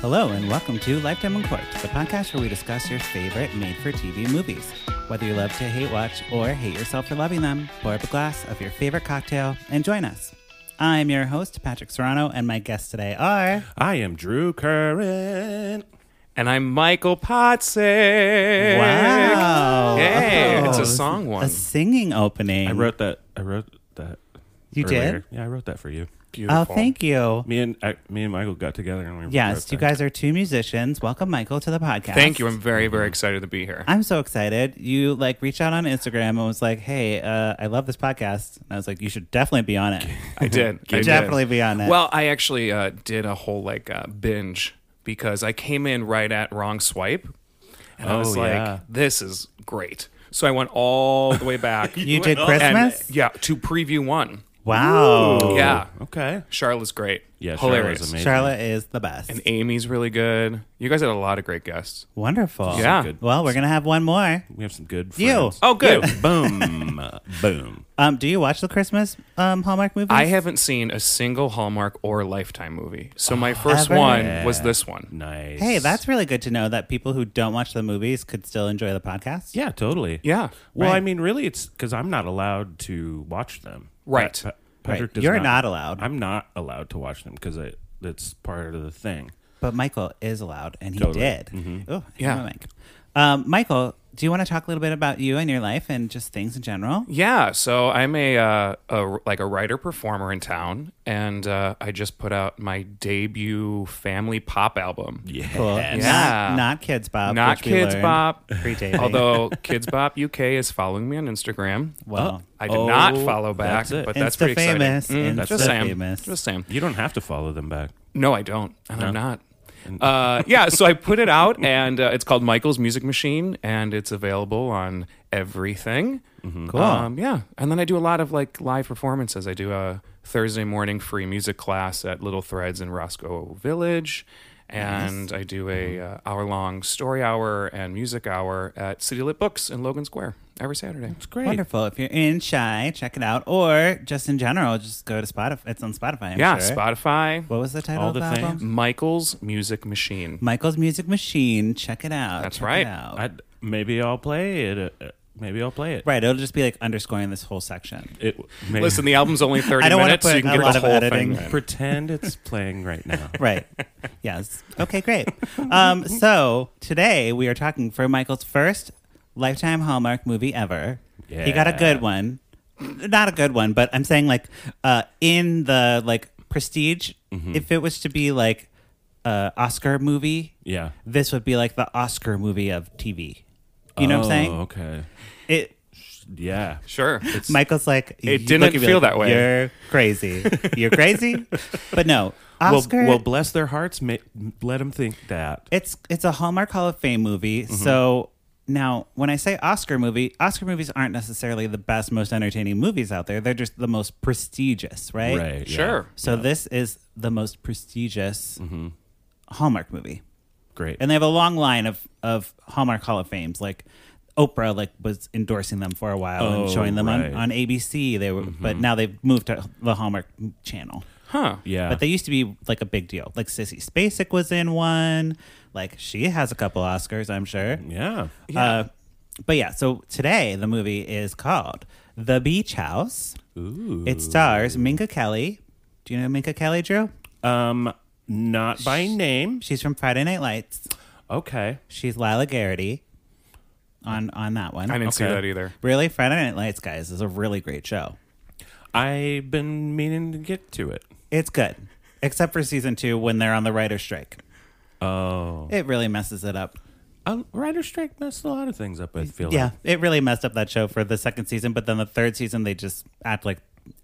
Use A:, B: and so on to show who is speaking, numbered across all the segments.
A: Hello, and welcome to Lifetime in Court, the podcast where we discuss your favorite made for TV movies. Whether you love to hate watch or hate yourself for loving them, pour up a glass of your favorite cocktail and join us. I'm your host, Patrick Serrano, and my guests today are.
B: I am Drew Curran.
C: And I'm Michael Potzik.
A: Wow.
C: Hey, it's
A: Oh,
C: a song one.
A: A singing opening.
B: I wrote that. I wrote that.
A: Mm-hmm. You
B: earlier.
A: did?
B: Yeah, I wrote that for you.
A: Oh, thank you.
B: Me and I, me and Michael got together and we.
A: Yes,
B: wrote
A: you
B: that.
A: guys are two musicians. Welcome, Michael, to the podcast.
C: Thank you. I'm very, very excited to be here.
A: I'm so excited. You like reached out on Instagram and was like, "Hey, uh, I love this podcast," and I was like, "You should definitely be on it.
C: I did. I did.
A: definitely be on it."
C: Well, I actually uh, did a whole like uh, binge because I came in right at wrong swipe, and I
B: Oh,
C: was like,
B: yeah.
C: "This is great." So I went all the way back.
A: you did
C: and,
A: Christmas? Oh.
C: yeah, to preview one.
A: wow.
C: Yeah,
B: Okay.
C: Charlotte's great.
B: Yeah, Charlotte
C: hilarious.
B: was amazing.
A: Charlotte is the best.
C: And Amy's really good. You guys had a lot of great guests.
A: Wonderful.
C: Yeah.
B: Good.
A: Well, we're gonna have one more.
B: We have some good. Friends.
A: You.
C: Oh, good.
B: Boom. Boom.
A: Um, do you watch the Christmas um, Hallmark movies?
C: I haven't seen a single Hallmark or Lifetime movie. So my first
A: Oh, ever?
C: one
B: Yeah.
C: was this one.
B: Nice.
A: Hey, that's really good to know that people who don't watch the movies could still enjoy the podcast.
B: Yeah, totally.
C: Yeah.
B: Well,
A: Right.
B: I mean, really, it's because I'm not allowed to watch them.
C: Right.
B: Pa- Pa-
A: Right.
B: Patrick does
A: You're not allowed.
B: I'm not allowed to watch them because that's part of the thing.
A: But Michael is allowed, and he
B: Totally.
A: did. Oh,
C: Mm-hmm. Yeah.
A: yeah. Um, Michael, do you want to talk a little bit about you and your life and just things in general?
C: Yeah. So I'm a, uh, a like a writer performer in town, and uh, I just put out my debut family pop album.
B: Yeah.
A: Cool.
C: Yeah.
A: Not, not kids, Bob.
C: Not
A: which we
C: Kids
A: learned
C: Bop.
A: Pre-taping.
C: Although Kids Bop UK is following me on Instagram.
A: Wow.
C: I did
B: Oh,
C: not follow back,
B: that's it.
C: but that's
A: Insta
C: pretty exciting.
A: famous,
C: that's
A: Insta
C: the same.
A: famous.
C: Just saying.
B: You don't have to follow them back.
C: No, I don't, and I'm not. Uh, yeah, so I put it out, and uh, it's called Michael's Music Machine, and it's available on everything.
A: Cool.
C: Um, yeah, and then I do a lot of like live performances. I do a Thursday morning free music class at Little Threads in Roscoe Village, and I do a
A: Mm-hmm.
C: uh, hour long story hour and music hour at City Lit Books in Logan Square every Saturday.
B: It's great.
A: Wonderful. If you're in Shy, check it out. Or just in general, just go to Spotify. It's on Spotify. I'm
C: yeah,
A: sure.
C: Spotify,
A: What was the title
B: All
A: of
B: the
A: the album?
B: things.
C: Michael's Music Machine.
A: Michael's Music Machine. Check it out.
C: That's
A: Check it
C: right.
A: out.
B: I'd, maybe I'll play it. uh, Maybe I'll play it.
A: right. It'll just be like underscoring this whole section.
B: It, maybe,
C: Listen, the album's only 30
A: I don't wanna
C: minutes, so
A: put
C: you can
A: a
C: get
A: lot
C: the
A: of
C: whole
A: editing.
C: thing. in.
B: pretend it's playing right now.
A: Right. yes. Okay, great. Um, so today we are talking for Michael's first lifetime Hallmark movie ever. He got a
B: Yeah.
A: good one. Not a good one, but I'm saying like uh, in the like prestige,
B: Mm-hmm.
A: if it was to be like uh Oscar movie,
B: Yeah.
A: this would be like the Oscar movie of TV. You know what I'm saying?
B: Oh, okay.
A: It
B: Yeah.
C: Sure.
A: Michael's like you
C: didn't
A: look at me
C: feel
A: like,
C: that way.
A: You're crazy. You're crazy. but no,
B: Well,
A: Oscar.
B: well, bless their hearts. ma- let them think that.
A: it's it's a Hallmark Hall of Fame movie. So now, when I say Oscar movie, Oscar movies aren't necessarily the best, most entertaining movies out there. They're just the most prestigious, right?
B: Right. yeah.
C: sure.
A: So this is the most prestigious Hallmark movie,
B: Great.
A: and they have a long line of of Hallmark Hall of Fames, like. Oprah like was endorsing them for a while and
B: Oh,
A: showing them
B: right. Mm-hmm.
A: on, on ABC. They were, but now they've moved to the Hallmark channel.
C: Huh.
B: yeah.
A: But they used to be like a big deal. Like Sissy Spacek was in one. Like she has a couple Oscars, I'm sure.
B: yeah.
A: Uh, but yeah, so today the movie is called The Beach House.
B: Ooh.
A: It stars Minka Kelly. Do you know Minka Kelly, Drew?
B: Um. Not by name.
A: She's from Friday Night Lights.
B: Okay.
A: She's Lila Garrity on on that one.
C: I didn't see
B: Okay.
C: that either.
A: Really, Friday Night Lights, guys, is a really great show.
B: I've been meaning to get to it.
A: It's good, except for season two when they're on the writer's strike.
B: Oh.
A: It really messes it up.
B: A writer strike messed a lot of things up. I feel.
A: Yeah,
B: Like.
A: it really messed up that show for the second season, but then the third season they just act like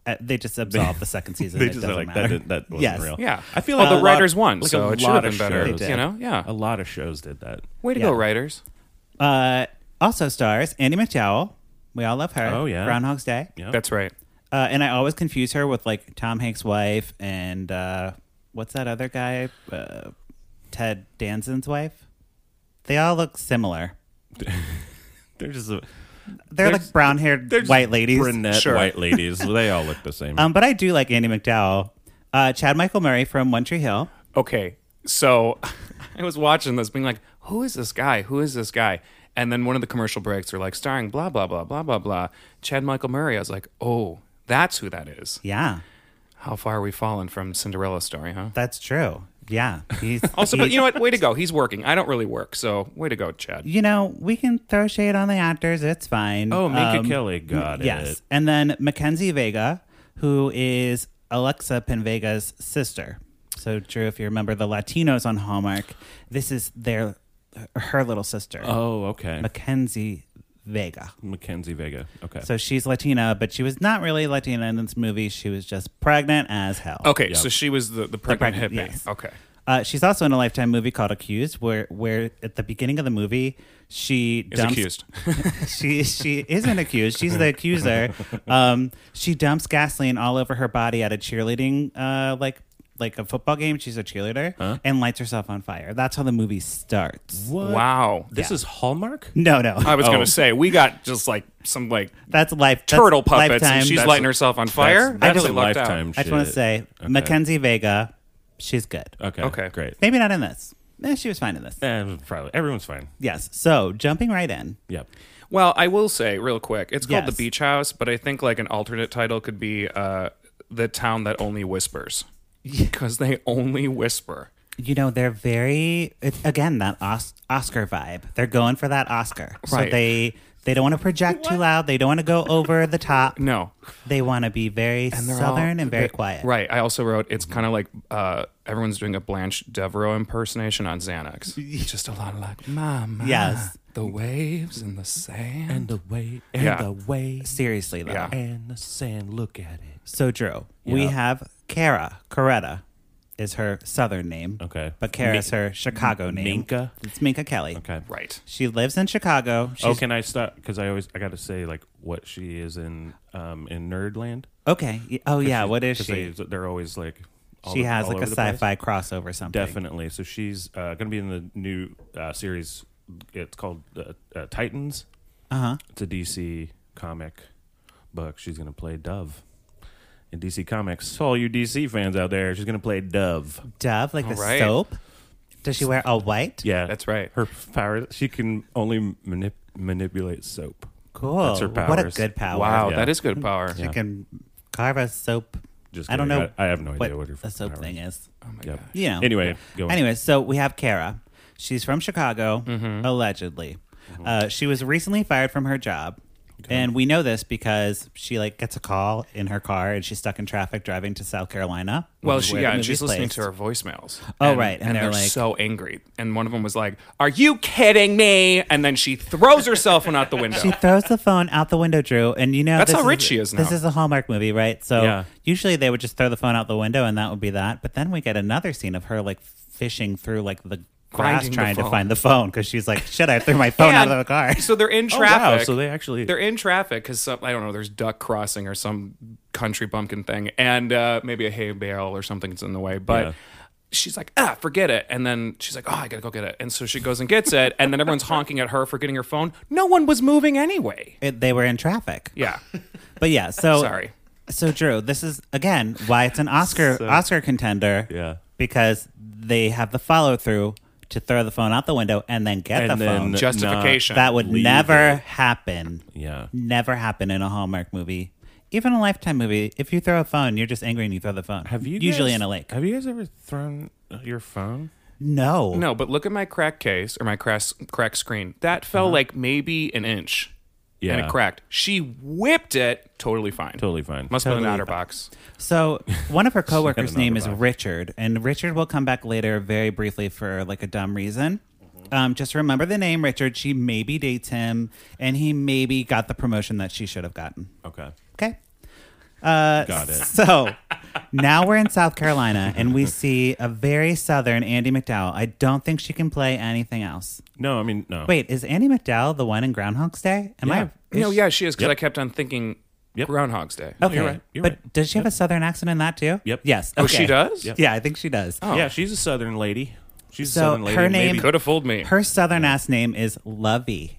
A: uh, they just absolve the second season.
B: They
A: It
B: just
A: doesn't
B: like
A: matter.
B: that. Did, that wasn't
A: Yes.
B: real.
C: Yeah.
B: I feel
C: Well,
B: like
C: the
B: a lot-
C: writers won,
B: like
C: so
B: a
C: it should
B: lot
C: have
B: of
C: been better.
B: shows.
C: You know? Yeah.
B: A lot of shows did that.
C: Way to
A: Yeah.
C: go, writers.
A: Uh, also stars Andy McDowell. We all love her.
B: Oh, yeah.
A: Groundhog's Day.
B: Yeah.
C: That's right.
A: Uh, and I always confuse her with like Tom Hanks' wife and uh, what's that other guy? Uh, Ted Danson's wife. They all look similar.
B: They're just a,
A: They're
B: There's-
A: like brown-haired white ladies.
B: brunette
C: Sure.
B: white ladies. They all look the same.
A: Um, but I do like Andy McDowell. Uh, Chad Michael Murray from One Tree Hill.
C: Okay. So I was watching this, being like, "Who is this guy? Who is this guy?" And then one of the commercial breaks were like, starring blah blah blah blah blah blah, Chad Michael Murray. I was like, "Oh, that's who that is."
A: Yeah,
C: How far we've fallen from Cinderella story, huh?
A: that's true. Yeah. He's,
C: Also, but
A: he's-
C: you know what? Way to go. He's working. I don't really work, so way to go, Chad.
A: you know, we can throw shade on the actors. It's fine.
B: Oh, Minka
A: Um,
B: Kelly got
A: Yes.
B: it.
A: And then Mackenzie Vega, who is Alexa Penvega's sister. So, Drew, if you remember the Latinos on Hallmark, this is their her little sister,
B: Oh, okay.
A: Mackenzie Vega.
B: Mackenzie Vega. Okay.
A: So she's Latina, but she was not really Latina in this movie. She was just pregnant as hell.
C: Okay,
B: Yeah.
C: so she was the, the pregnant
A: pregnant-
C: hippie.
A: yes.
C: Okay.
A: Uh, she's also in a Lifetime movie called Accused, where where at the beginning of the movie she
C: Is
A: dumps
C: accused.
A: she she isn't accused. She's the accuser. Um, she dumps gasoline all over her body at a cheerleading uh, like like a football game. She's a cheerleader and lights herself on fire. That's how the movie starts.
B: What?
C: Wow.
B: This is Hallmark?
A: No, no,
C: I was Oh. going to say, we got just like some like
A: that's life. that's
C: turtle puppets
A: Lifetime.
C: and she's
A: That's-
C: lighting herself on fire.
B: That's, that's
A: I
B: a
A: just-
B: lifetime
A: I just want to
B: shit.
A: say
B: Okay.
A: Mackenzie Vega, she's good.
B: Okay.
C: Okay.
B: Great.
A: Maybe not in this. Eh, she was fine in this.
B: Eh, probably. Everyone's fine.
A: Yes. So jumping right in.
B: Yep.
C: Well, I will say real quick, it's called
A: Yes.
C: the Beach House, but I think like an alternate title could be uh, the town that only whispers because they only whisper.
A: You know, they're very it's, again that Os- Oscar vibe. They're going for that Oscar. So
C: Right.
A: they they don't want to project too loud. They don't want to go over the top.
C: No,
A: They want to be very
C: they're
A: southern
C: all-
A: and very
C: they-
A: quiet.
C: Right. I also wrote it's kind of like uh, everyone's doing a Blanche Devereaux impersonation on Xanax. Just a lot of like, Mama.
A: Yes.
C: The waves and the sand.
B: the way, and
C: Yeah. the
B: way,
A: Seriously though.
C: Yeah.
B: and the sand. Look at it.
A: So Drew, we
B: Yeah.
A: have Cara. Coretta is her southern name.
B: Okay.
A: But Cara's her Chicago name.
B: Minka?
A: It's Minka Kelly.
B: Okay.
C: right.
A: She lives in Chicago. She's,
B: oh, can I stop? Because I always I got to say like what she is in um in Nerdland.
A: Okay. Y- Oh yeah. What is
B: 'Cause
A: she?
B: They, they're always like all
A: she
B: the-
A: has
B: all
A: like a
B: over the place.
A: sci-fi crossover something.
B: Definitely. So she's uh, going to be in the new uh, series. It's called uh, uh, Titans.
A: Uh
C: Uh-huh.
A: huh.
B: It's a DC comic book. She's going to play Dove in DC Comics. All you DC fans out there, she's going to play Dove.
A: Dove, like the
C: All right.
A: soap. Does she wear all white?
B: Yeah,
C: That's right.
B: Her power. She can only manip- manipulate soap.
A: Cool.
B: That's her
A: What a
B: powers.
A: good power.
C: Wow.
B: Yeah.
C: That is good power.
A: She can carve a soap.
B: Just
A: I don't
B: kidding.
A: know.
B: I, I have no idea what, her
A: the soap
B: power
A: thing
B: Is.
A: is.
C: Oh my
B: Yep.
C: God.
A: You know.
B: Anyway, go on.
A: Anyway, so we have Kara. She's from Chicago,
B: Mm-hmm.
A: allegedly. Uh, she was recently fired from her job. And we know this because she like gets a call in her car and she's stuck in traffic driving to South Carolina.
C: Well,
A: which is
C: she,
A: where the
C: yeah, and
A: movie's
C: she's listening to
A: placed.
C: her voicemails.
A: Oh,
C: And-
A: right, and
C: And,
A: they're
C: they're,
A: like-
C: so angry. And one of them was like, Are you kidding me? And then she throws herself one out the window.
A: She throws the phone out the window, Drew, and you know
C: That's
A: this
C: how rich she is
A: This
C: now.
A: is a Hallmark movie, right? So
B: Yeah.
A: usually they would just throw the phone out the window, and that would be that. But then we get another scene of her like fishing through like the grass
C: Finding the
A: trying to
C: phone.
A: find the phone because she's like, "Shit, I threw my phone out of the car."
C: So they're in
B: Oh, wow.
C: traffic.
B: So they actually.
C: They're in traffic because I don't know. There's duck crossing or some country bumpkin thing, and uh, maybe a hay barrel or something's in the way. But
B: Yeah.
C: she's like, ah, forget it. And then she's like, oh, I gotta go get it. And so she goes and gets it, and then everyone's honking at her for getting her phone. No one was moving anyway.
A: It- they were in traffic,
C: Yeah,
A: but yeah. So
C: Sorry.
A: So Drew, this is again why it's an Oscar
B: So-
A: Oscar contender.
B: Yeah.
A: because they have the follow through to throw the phone out the window and then get
B: And
A: the
B: then
A: phone.
B: not-
C: justification.
A: That would
B: leave
A: never
B: it.
A: happen.
B: Yeah.
A: Never happen in a Hallmark movie. Even a Lifetime movie. If you throw a phone, you're just angry and you throw the phone.
B: Have you
A: usually
B: guys-
A: in a lake?
B: Have you guys ever thrown uh, your phone?
A: no.
C: no, but look at my crack case or my crack crack screen. That fell like maybe an inch. And
B: Uh-huh. Yeah.
C: it cracked. She whipped it. Totally fine.
B: Totally fine.
C: Must have been an outer box.
A: So one of her coworkers'
B: another
A: name is
B: box.
A: Richard, and Richard will come back later very briefly for like a dumb reason. Um, just remember the name Richard. She maybe dates him, and he maybe got the promotion that she should have gotten.
B: Okay.
A: Okay. Uh,
B: Got it.
A: So now we're in South Carolina and we see a very southern Andy McDowell. I don't think she can play anything else.
B: No, I mean no.
A: Wait, is Andy McDowell the one in Groundhog's Day? Am
B: Yeah.
A: I?
C: No, yeah, she is because
B: Yep.
C: I kept on thinking
B: Yep.
C: Groundhog's Day.
A: Okay.
B: you're right. You're
A: but
B: right.
A: does she have a southern accent in that too?
B: Yep.
A: Yes.
C: Oh,
A: okay.
C: she does?
B: Yep.
A: Yeah, I think she does.
B: Yeah, she's a Southern lady. She's
A: oh. So
B: a Southern lady.
A: her name-
B: Maybe
C: Could have fooled me.
A: Her southern ass name is Lovey.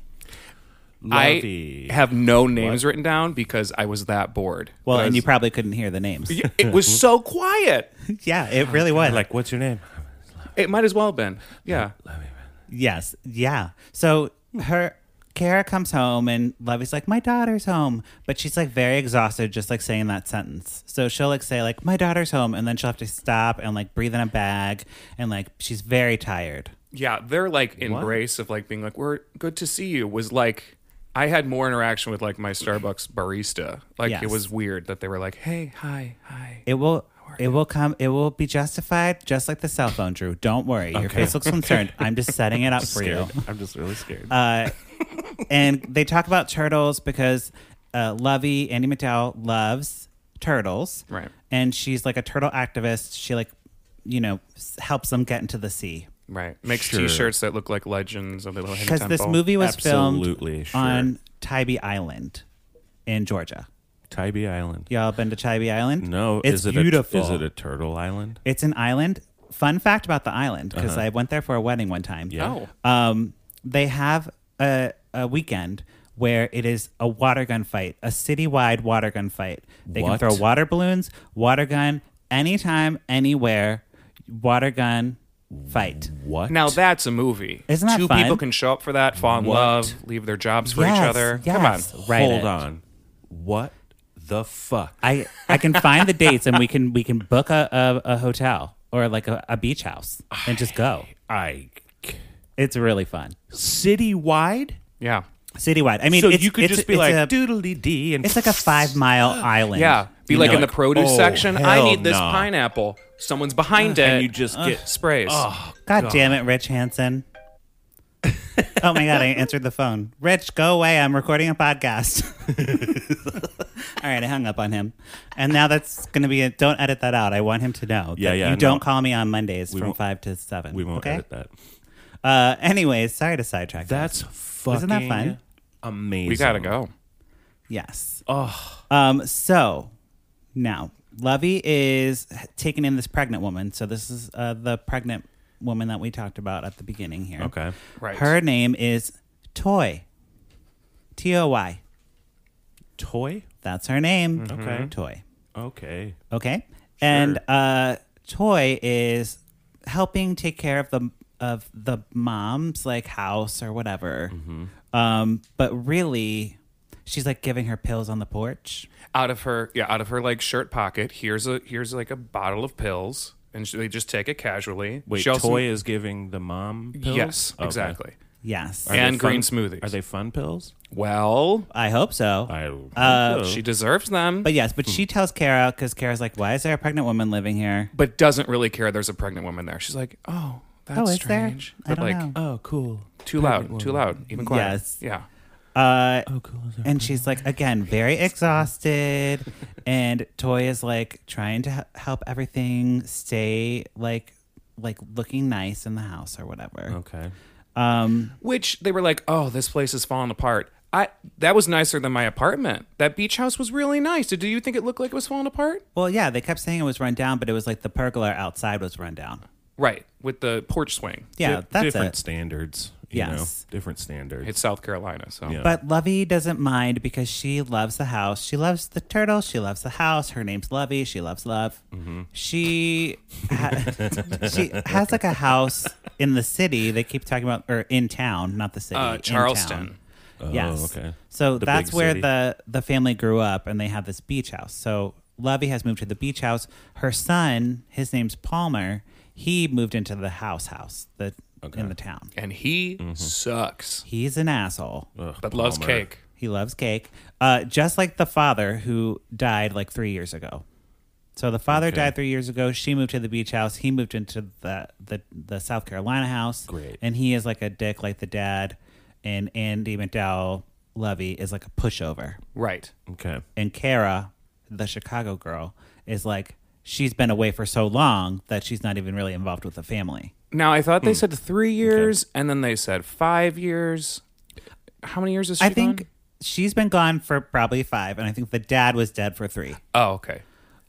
B: Lovey.
C: I have no names written down because I was that bored.
A: Well, and you
C: Because
A: probably couldn't hear the names.
C: it was so quiet.
B: Oh,
A: yeah, it really was.
B: like, what's your name?
C: It might as well have been. Yeah.
A: Yes. Yeah. So her Kara comes home and Lovey's like, My daughter's home. But she's like very exhausted, just like saying that sentence. So she'll like say, like, my daughter's home, and then she'll have to stop and like breathe in a bag and like she's very tired.
C: Yeah. Their like embrace of like being like, We're good to see you was like I had more interaction with like my Starbucks barista. Like
A: Yes.
C: it was weird that they were like, Hey, hi, hi.
A: It will it will come it will be justified just like the cell phone, Drew. Don't worry. Your face looks concerned. I'm just setting it up for you.
B: Scared. I'm just really scared.
A: Uh, and they talk about turtles because uh, Lovey, Andy McDowell, loves turtles.
C: Right.
A: And she's like a turtle activist. She like, you know, s- helps them get into the sea.
C: Right. Makes
B: Sure.
C: t shirts that look like legends of the little
A: Because this movie was
B: Absolutely,
A: filmed
B: sure.
A: on Tybee Island in Georgia.
B: Tybee Island.
A: Y'all been to Tybee Island?
B: No,
A: It's
B: is it
A: beautiful.
B: A, is it a turtle island?
A: It's an island. Fun fact about the island, because
B: Uh-huh.
A: I went there for a wedding one time.
C: Oh.
A: um, they have a, a weekend where it is a water gun fight, a citywide water gun fight. They
B: What?
A: can throw water balloons, water gun, anytime, anywhere, water gun fight.
B: What?
C: Now that's a movie.
A: Isn't that
C: Two
A: fun?
C: people can show up for that, fall in
B: What?
C: love, leave their jobs for
A: Yes,
C: each other. Come on.
A: yes. Reddit.
B: hold on. What the fuck?
A: I, I can find the dates and we can we can book a, a, a hotel or like a, a beach house and just go.
B: I
A: It's really fun.
B: citywide.
C: Yeah.
A: Citywide. I mean,
B: so
A: it's-
B: you could
A: it's-
B: just be
A: it's
B: like
A: a-
B: doodly dee, and
A: it's like a five mile island.
C: Yeah. Be
A: You
C: like
A: know,
C: in the produce
B: oh,
C: section. I
B: hell
C: need this
B: nah.
C: pineapple. Someone's behind it.
B: and you just get
C: sprays.
A: God, damn it, Rich Hansen. oh my God, I answered the phone. Rich, go away. I'm recording a podcast. All right, I hung up on him. And now that's going to be a don't edit that out. I want him to know.
B: Yeah,
A: that
B: yeah,
A: You
B: no.
A: don't call me on Mondays from
B: won't-
A: 5 to 7.
B: We won't
A: okay?
B: edit that.
A: Uh, anyways, sorry to sidetrack.
B: That's fucking
A: Isn't that fun?
B: Amazing.
C: we gotta go.
A: Yes. Oh. Um, so now Lovey is taking in this pregnant woman. So this is uh, the pregnant woman that we talked about at the beginning here.
B: Okay.
C: Right.
A: Her name is Toy. T O Y.
B: Toy.
A: That's her name.
B: Okay.
A: Toy.
B: Okay.
A: Okay. And uh, Toy is helping take care of the of the mom's like house or whatever.
B: Mm-hmm.
A: Um, but really, she's like giving her pills on the porch.
C: Out of her, yeah, out of her like shirt pocket. Here's a here's like a bottle of pills, and she, they just take it casually.
B: Wait.
C: She also-
B: toy is giving the mom. Pills?
C: Yes,
B: Okay.
C: exactly.
A: Yes.
B: Are they
C: And green
B: fun-
C: smoothies.
B: Are they fun pills? Oh,
C: Well,
A: I hope so.
B: I.
A: Uh,
C: she deserves them,
A: but yes, but she tells Kara because Kara's like, "Why is there a pregnant woman living here?"
C: but doesn't really care. There's a pregnant woman there. She's like, oh, that's
A: oh, is
C: strange.
A: there? I
C: But
A: don't
C: like,
A: know.
B: oh, cool.
C: too loud, too loud, even quieter.
A: Yes.
C: Yeah.
A: Uh,
B: Oh, cool.
A: and she's like, again, very exhausted, and Toy is like trying to h- help everything stay like like looking nice in the house or whatever.
B: Okay.
A: Um,
C: Which they were like, oh, this place is falling apart. I that was nicer than my apartment. That beach house was really nice. Did you think it looked like it was falling apart?
A: well, yeah, they kept saying it was run down, but it was like the pergola outside was run down.
C: Right, with the porch swing.
A: Yeah,
B: Di-
A: Uh, that's
B: different
A: it.
B: standards. You
A: Yes.
B: know, different standards.
C: It's South Carolina, so
B: Yeah.
A: But Lovey doesn't mind because she loves the house. She loves the turtle. She loves the house. Her name's Lovey. She loves love.
B: Mm-hmm.
A: She ha- she has like a house in the city. They keep talking about or in town, not the city.
C: Uh,
A: in
C: Charleston.
A: town. yes.
B: Oh, okay.
A: So
B: The
A: that's
B: big
A: where
B: city.
A: the the family grew up, and they have this beach house. So Lovey has moved to the beach house. Her son, his name's Palmer. He moved into the house house the in the town.
C: and he
A: Mm-hmm.
C: sucks,
A: He's an asshole.
B: Ugh,
C: but loves
B: Palmer.
C: cake.
A: He loves cake, uh, just like the father who died like three years ago. So the father died three years ago. She moved to the beach house. He moved into the the, the South Carolina house.
B: Great.
A: And he is like a dick, like the dad. And Andy McDowell Levy is like a pushover.
C: Right.
B: Okay.
A: And Kara, the Chicago girl, is like she's been away for so long that she's not even really involved with the family.
C: Now I thought
A: Hmm.
C: they said three years, and then they said five years. How many years is she
A: I think
C: gone?
A: she's been gone for probably five, and I think the dad was dead for three.
C: Oh, okay.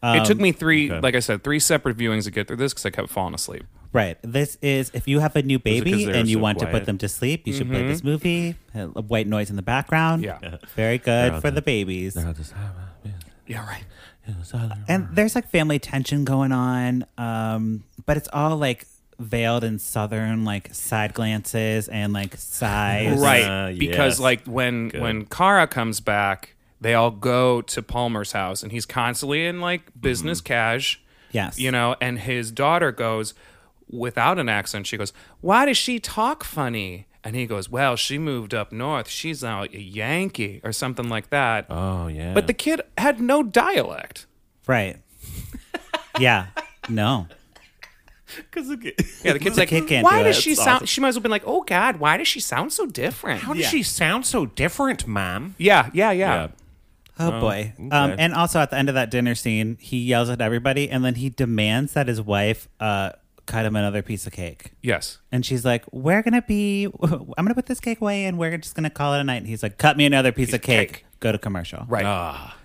C: it
A: Um,
C: took me three, like I said, three separate viewings to get through this because I kept falling asleep.
A: Right. This is if you have a new
B: 'cause
A: baby
B: they were
A: and you
B: so
A: want to put
B: quiet?
A: them to sleep, you should play this movie. Uh, White noise in the background.
C: Yeah.
A: Very good for the babies.
C: Yeah, right.
A: And there's like family tension going on, um, but it's all like veiled in southern like side glances and like sighs.
C: right
B: Uh,
C: because
B: yes.
C: like when when Kara comes back, they all go to Palmer's house, and he's constantly in like business
A: Mm-hmm.
C: cash.
A: Yes.
C: you know, and his daughter goes without an accent. She goes, "Why does she talk funny?" And he goes, "Well, she moved up north. She's now a Yankee or something like that."
B: Oh yeah.
C: But the kid had no dialect.
A: Right. Yeah. No.
B: because
C: Yeah, the kid's like,
A: kid can't
C: "Why
A: do
C: does
A: it.
C: she
A: It's
C: sound?" She might as well been like, "Oh God, why does she sound so different?"
B: how does she sound so different, ma'am?
C: Yeah, yeah, yeah.
A: Oh boy. Um,
B: okay.
A: and also at the end of that dinner scene, he yells at everybody and then he demands that his wife uh, cut him another piece of cake.
C: Yes.
A: And she's like, "We're gonna be. I'm gonna put this cake away, and we're just gonna call it a night." And he's like, "Cut me another piece of cake.
C: cake.
A: Go to commercial."
C: Right.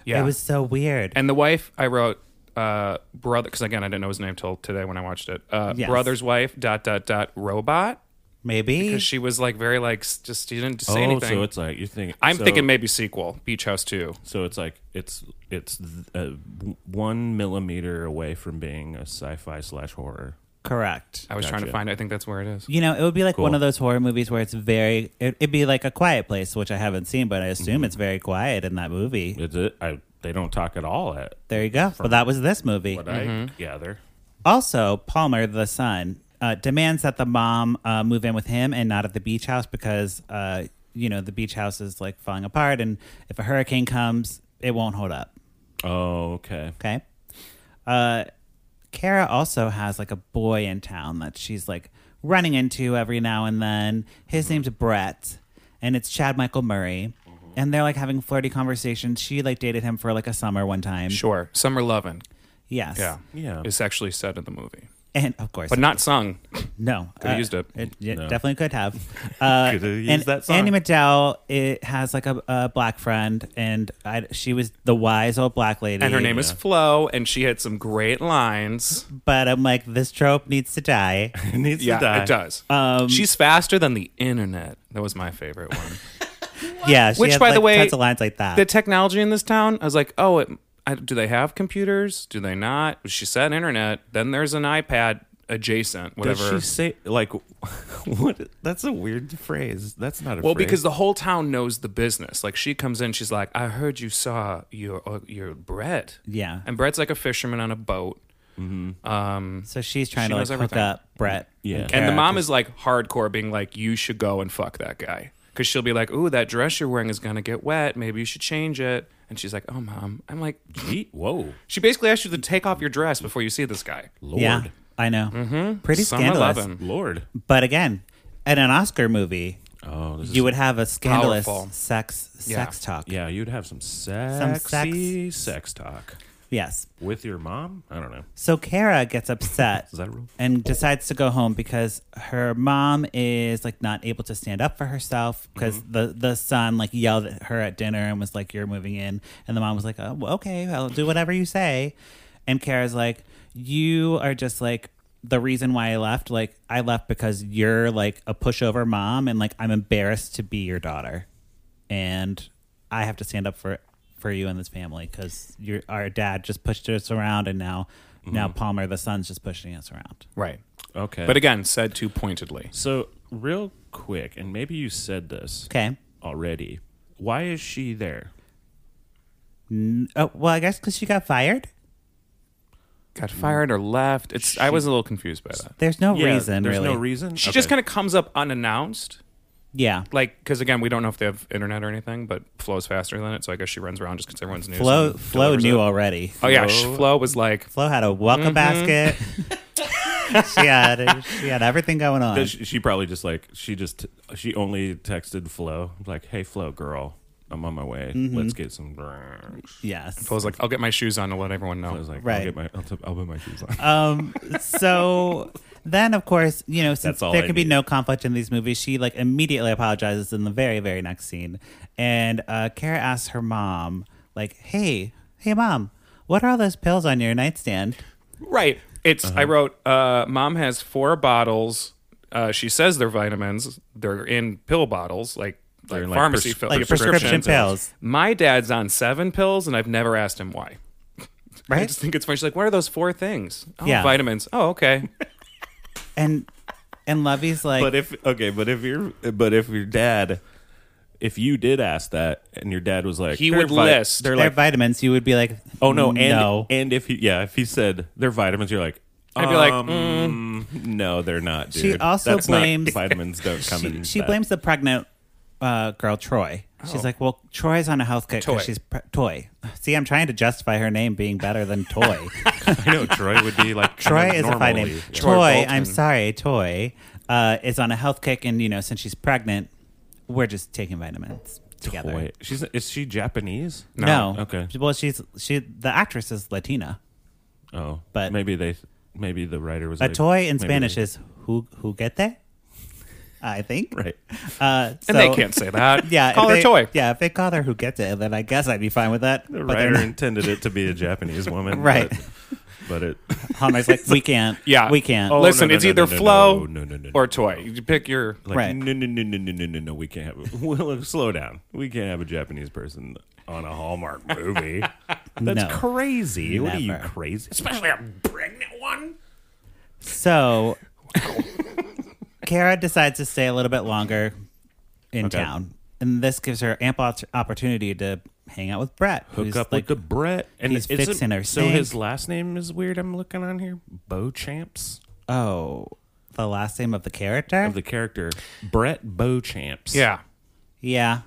C: yeah.
A: It was so weird.
C: and the wife I wrote uh brother because again I didn't know his name till today when I watched it. Uh
A: Yes.
C: brother's wife dot dot dot robot
A: Maybe.
C: because she was like very like s- just she didn't say
B: Oh,
C: anything.
B: so it's like you're thinking.
C: I'm
B: so-
C: thinking maybe sequel Beach House Two.
B: So it's like it's it's th- uh, w- one millimeter away from being a sci-fi slash horror.
A: Correct.
C: I was trying to
B: Gotcha.
C: find. I think that's where it is.
A: You know, it would be like one
B: Cool.
A: of those horror movies where it's very. It, it'd be like a quiet place, which I haven't seen, but I
C: Mm-hmm.
A: assume it's very quiet in that movie.
B: Is it? I they don't talk at all at
A: There you go. Well, that was this movie.
B: what I gather.
A: Also, Palmer, the son, uh, demands that the mom uh, move in with him and not at the beach house because, uh, you know, the beach house is like falling apart. And if a hurricane comes, it won't hold up.
B: Oh, okay.
A: Okay. Uh, Kara also has like a boy in town that she's like running into every now and then. His
C: Mm-hmm.
A: name's Brett, and it's Chad Michael Murray.
C: Mm-hmm.
A: And they're like having flirty conversations. She like dated him for like a summer one time.
C: Sure, Summer Lovin.
A: Yes.
C: Yeah,
B: Yeah.
C: It's actually said in the movie,
A: And of course,
C: but not sung.
A: No,
C: Could've used it.
A: yeah,
B: No.
A: Definitely could have. Uh,
B: Could've used
A: and
B: that song.
A: Annie McDowell it has like a, a black friend, and I, she was the wise old black lady.
C: And her name is Flo, and she had some great lines.
A: But I'm like, this trope needs to die.
B: It needs
C: Yeah,
B: to die.
C: it does.
B: Um,
C: She's faster than the internet. That was my favorite one.
A: yeah, she
C: Which,
A: has,
C: by the
A: like,
C: way,
A: tons of lines like that.
C: the technology in this town. I was like, oh, it, I, do they have computers? Do they not? She said internet. Then there's an iPad adjacent,
B: Does
C: whatever.
B: she say like what? That's a weird phrase. That's not a
C: well,
B: phrase.
C: because the whole town knows the business. Like she comes in, she's like, I heard you saw your uh, your Brett.
A: yeah,
C: And Brett's like a fisherman on a boat.
A: so she's trying
C: she
A: to like
C: knows
A: hook
C: everything.
A: up Brett.
B: Yeah.
A: and,
B: And
C: And
A: Kara.
C: the mom is like hardcore, being like, "You should go and fuck that guy," because she'll be like, "Ooh, that dress you're wearing is gonna get wet. Maybe you should change it." And she's like, "Oh, mom." I'm like,
B: Ye- whoa,
C: she basically asked you to take off your dress before you see this guy.
B: Lord,
A: yeah, I know, pretty
C: Summer
A: scandalous.
C: Lovin'.
B: Lord.
A: But again, in an Oscar movie,
B: Oh, this
A: you
B: is,
A: would have a scandalous
C: Powerful.
A: sex
C: Yeah.
A: sex talk.
B: yeah, you'd have some sexy sex talk
A: Yes.
B: with your mom. I don't know.
A: So Kara gets upset.
B: Is that a rule?
A: and decides to go home because her mom is like not able to stand up for herself because the the son like yelled at her at dinner and was like you're moving in and the mom was like oh well, okay I'll do whatever you say and Kara's like you are just like the reason why I left like I left because you're like a pushover mom and like I'm embarrassed to be your daughter and I have to stand up for for you and this family because your our dad just pushed us around and now now
B: Mm-hmm.
A: Palmer the son's just pushing us around.
C: Right.
B: Okay,
C: But again, said too pointedly.
B: so real quick, and maybe you said this
A: Okay.
B: already. Why is she there?
A: Oh, well, I guess because she got fired.
C: Got fired or left. It's I was a little confused by that.
A: There's no
B: Yeah,
A: reason,
B: There's
A: really.
B: no reason.
C: She just kind of comes up unannounced.
A: Yeah.
C: Like, because again, we don't know if they have internet or anything, but Flo's faster than it, so I guess she runs around just because everyone's new.
A: Flo,
C: so
A: Flo
C: delivers
A: knew
C: it.
A: already.
C: Oh yeah, sh- Flo was like,
A: Flo had a
B: Mm-hmm.
A: welcome basket. she had she had everything going on.
B: She, she probably just like she just she only texted Flo like, "Hey Flo, girl, I'm on my way.
A: Mm-hmm.
B: Let's get some drinks."
A: yes.
C: Flo's like, I'll get my shoes on to let everyone know.
B: I was like,
A: Right.
B: "I'll get my, I'll, t- I'll put my shoes on."
A: um so then of course you know since
B: That's all
A: there
B: I
A: can be
B: need.
A: no conflict in these movies she like immediately apologizes in the very very next scene and uh kara asks her mom like hey hey mom what are all those pills on your nightstand
C: Right. It's
A: Uh-huh.
C: I wrote. Uh, Mom has four bottles. Uh, she says they're vitamins. They're in pill bottles, like like,
B: They're like
C: pharmacy
B: pres-
C: fill-
A: like prescription pills
C: My dad's on seven pills, and I've never asked him why. I
A: right
C: just think it's funny. She's like, "What are those four things? Oh,
A: Yeah.
C: vitamins. Oh, okay.
A: and and Lovey's like,
B: but if okay, but if your but if your dad, if you did ask that, and your dad was like,
C: He
B: "They're
C: would list.
B: They're
A: they're
B: like,
A: vitamins, you would be like,
B: oh no, and
A: no.
B: and if he, yeah, if he said they're vitamins, you're like.
C: I'd be like, mm.
B: um, no, they're not. Dude.
A: She also
B: That's not-
A: blames-
B: vitamins. Don't come
A: she,
B: in.
A: she
B: that.
A: blames the pregnant uh, girl Troy.
B: Oh.
A: She's like, well, Troy's on a health kick
C: Toy.
A: because she's pre- toy. See, I'm trying to justify her name being better than toy.
B: I know Troy would be like
A: Troy
B: kind of
A: is a fine
B: normally-
A: name.
C: Troy
A: Toy,
C: Bolton.
A: I'm sorry, Toy uh, is on a health kick, and you know, since she's pregnant, we're just taking vitamins together.
B: Wait, she's is she Japanese?
A: No.
B: Okay.
A: Well, she's she. The actress is Latina.
B: Oh,
A: But-
B: maybe they, maybe the writer was
A: A
B: like,
A: toy in
B: maybe
A: Spanish
B: they-
A: is who who get I think.
B: right.
A: Uh,
C: and
A: so-
C: they can't say that.
A: Yeah. if
C: call her
A: they-
C: toy.
A: Yeah. If they call her who get it, then I guess I'd be fine with that.
B: The
A: but they're
B: writer
A: not.
B: intended it to be a Japanese woman,
A: Right.
B: But, but it.
A: Homer's like, we can't.
C: Yeah.
A: We can't.
C: Oh, Listen, it's either Flo
B: no, no, no,
C: Or
B: no.
C: toy. You pick your.
B: Like,
A: Right.
B: No, no, no, no, no, no, no, no. We can't have. A, well, slow down. We can't have a Japanese person on a Hallmark movie. That's
A: No.
B: crazy. What are you
A: Never.
B: crazy? Especially a pregnant one.
A: So Kara decides to stay a little bit longer in town. And this gives her ample op- opportunity to hang out with Brett.
B: Hook
A: who's
B: up
A: like,
B: with the Brett, and
A: he's
B: it's a-
A: fixing her
B: So
A: sink.
B: his last name is weird. I'm looking on here. Beauchamps
A: Oh, the last name of the character?
B: of the character Brett Beauchamps.
C: Yeah.
A: yeah.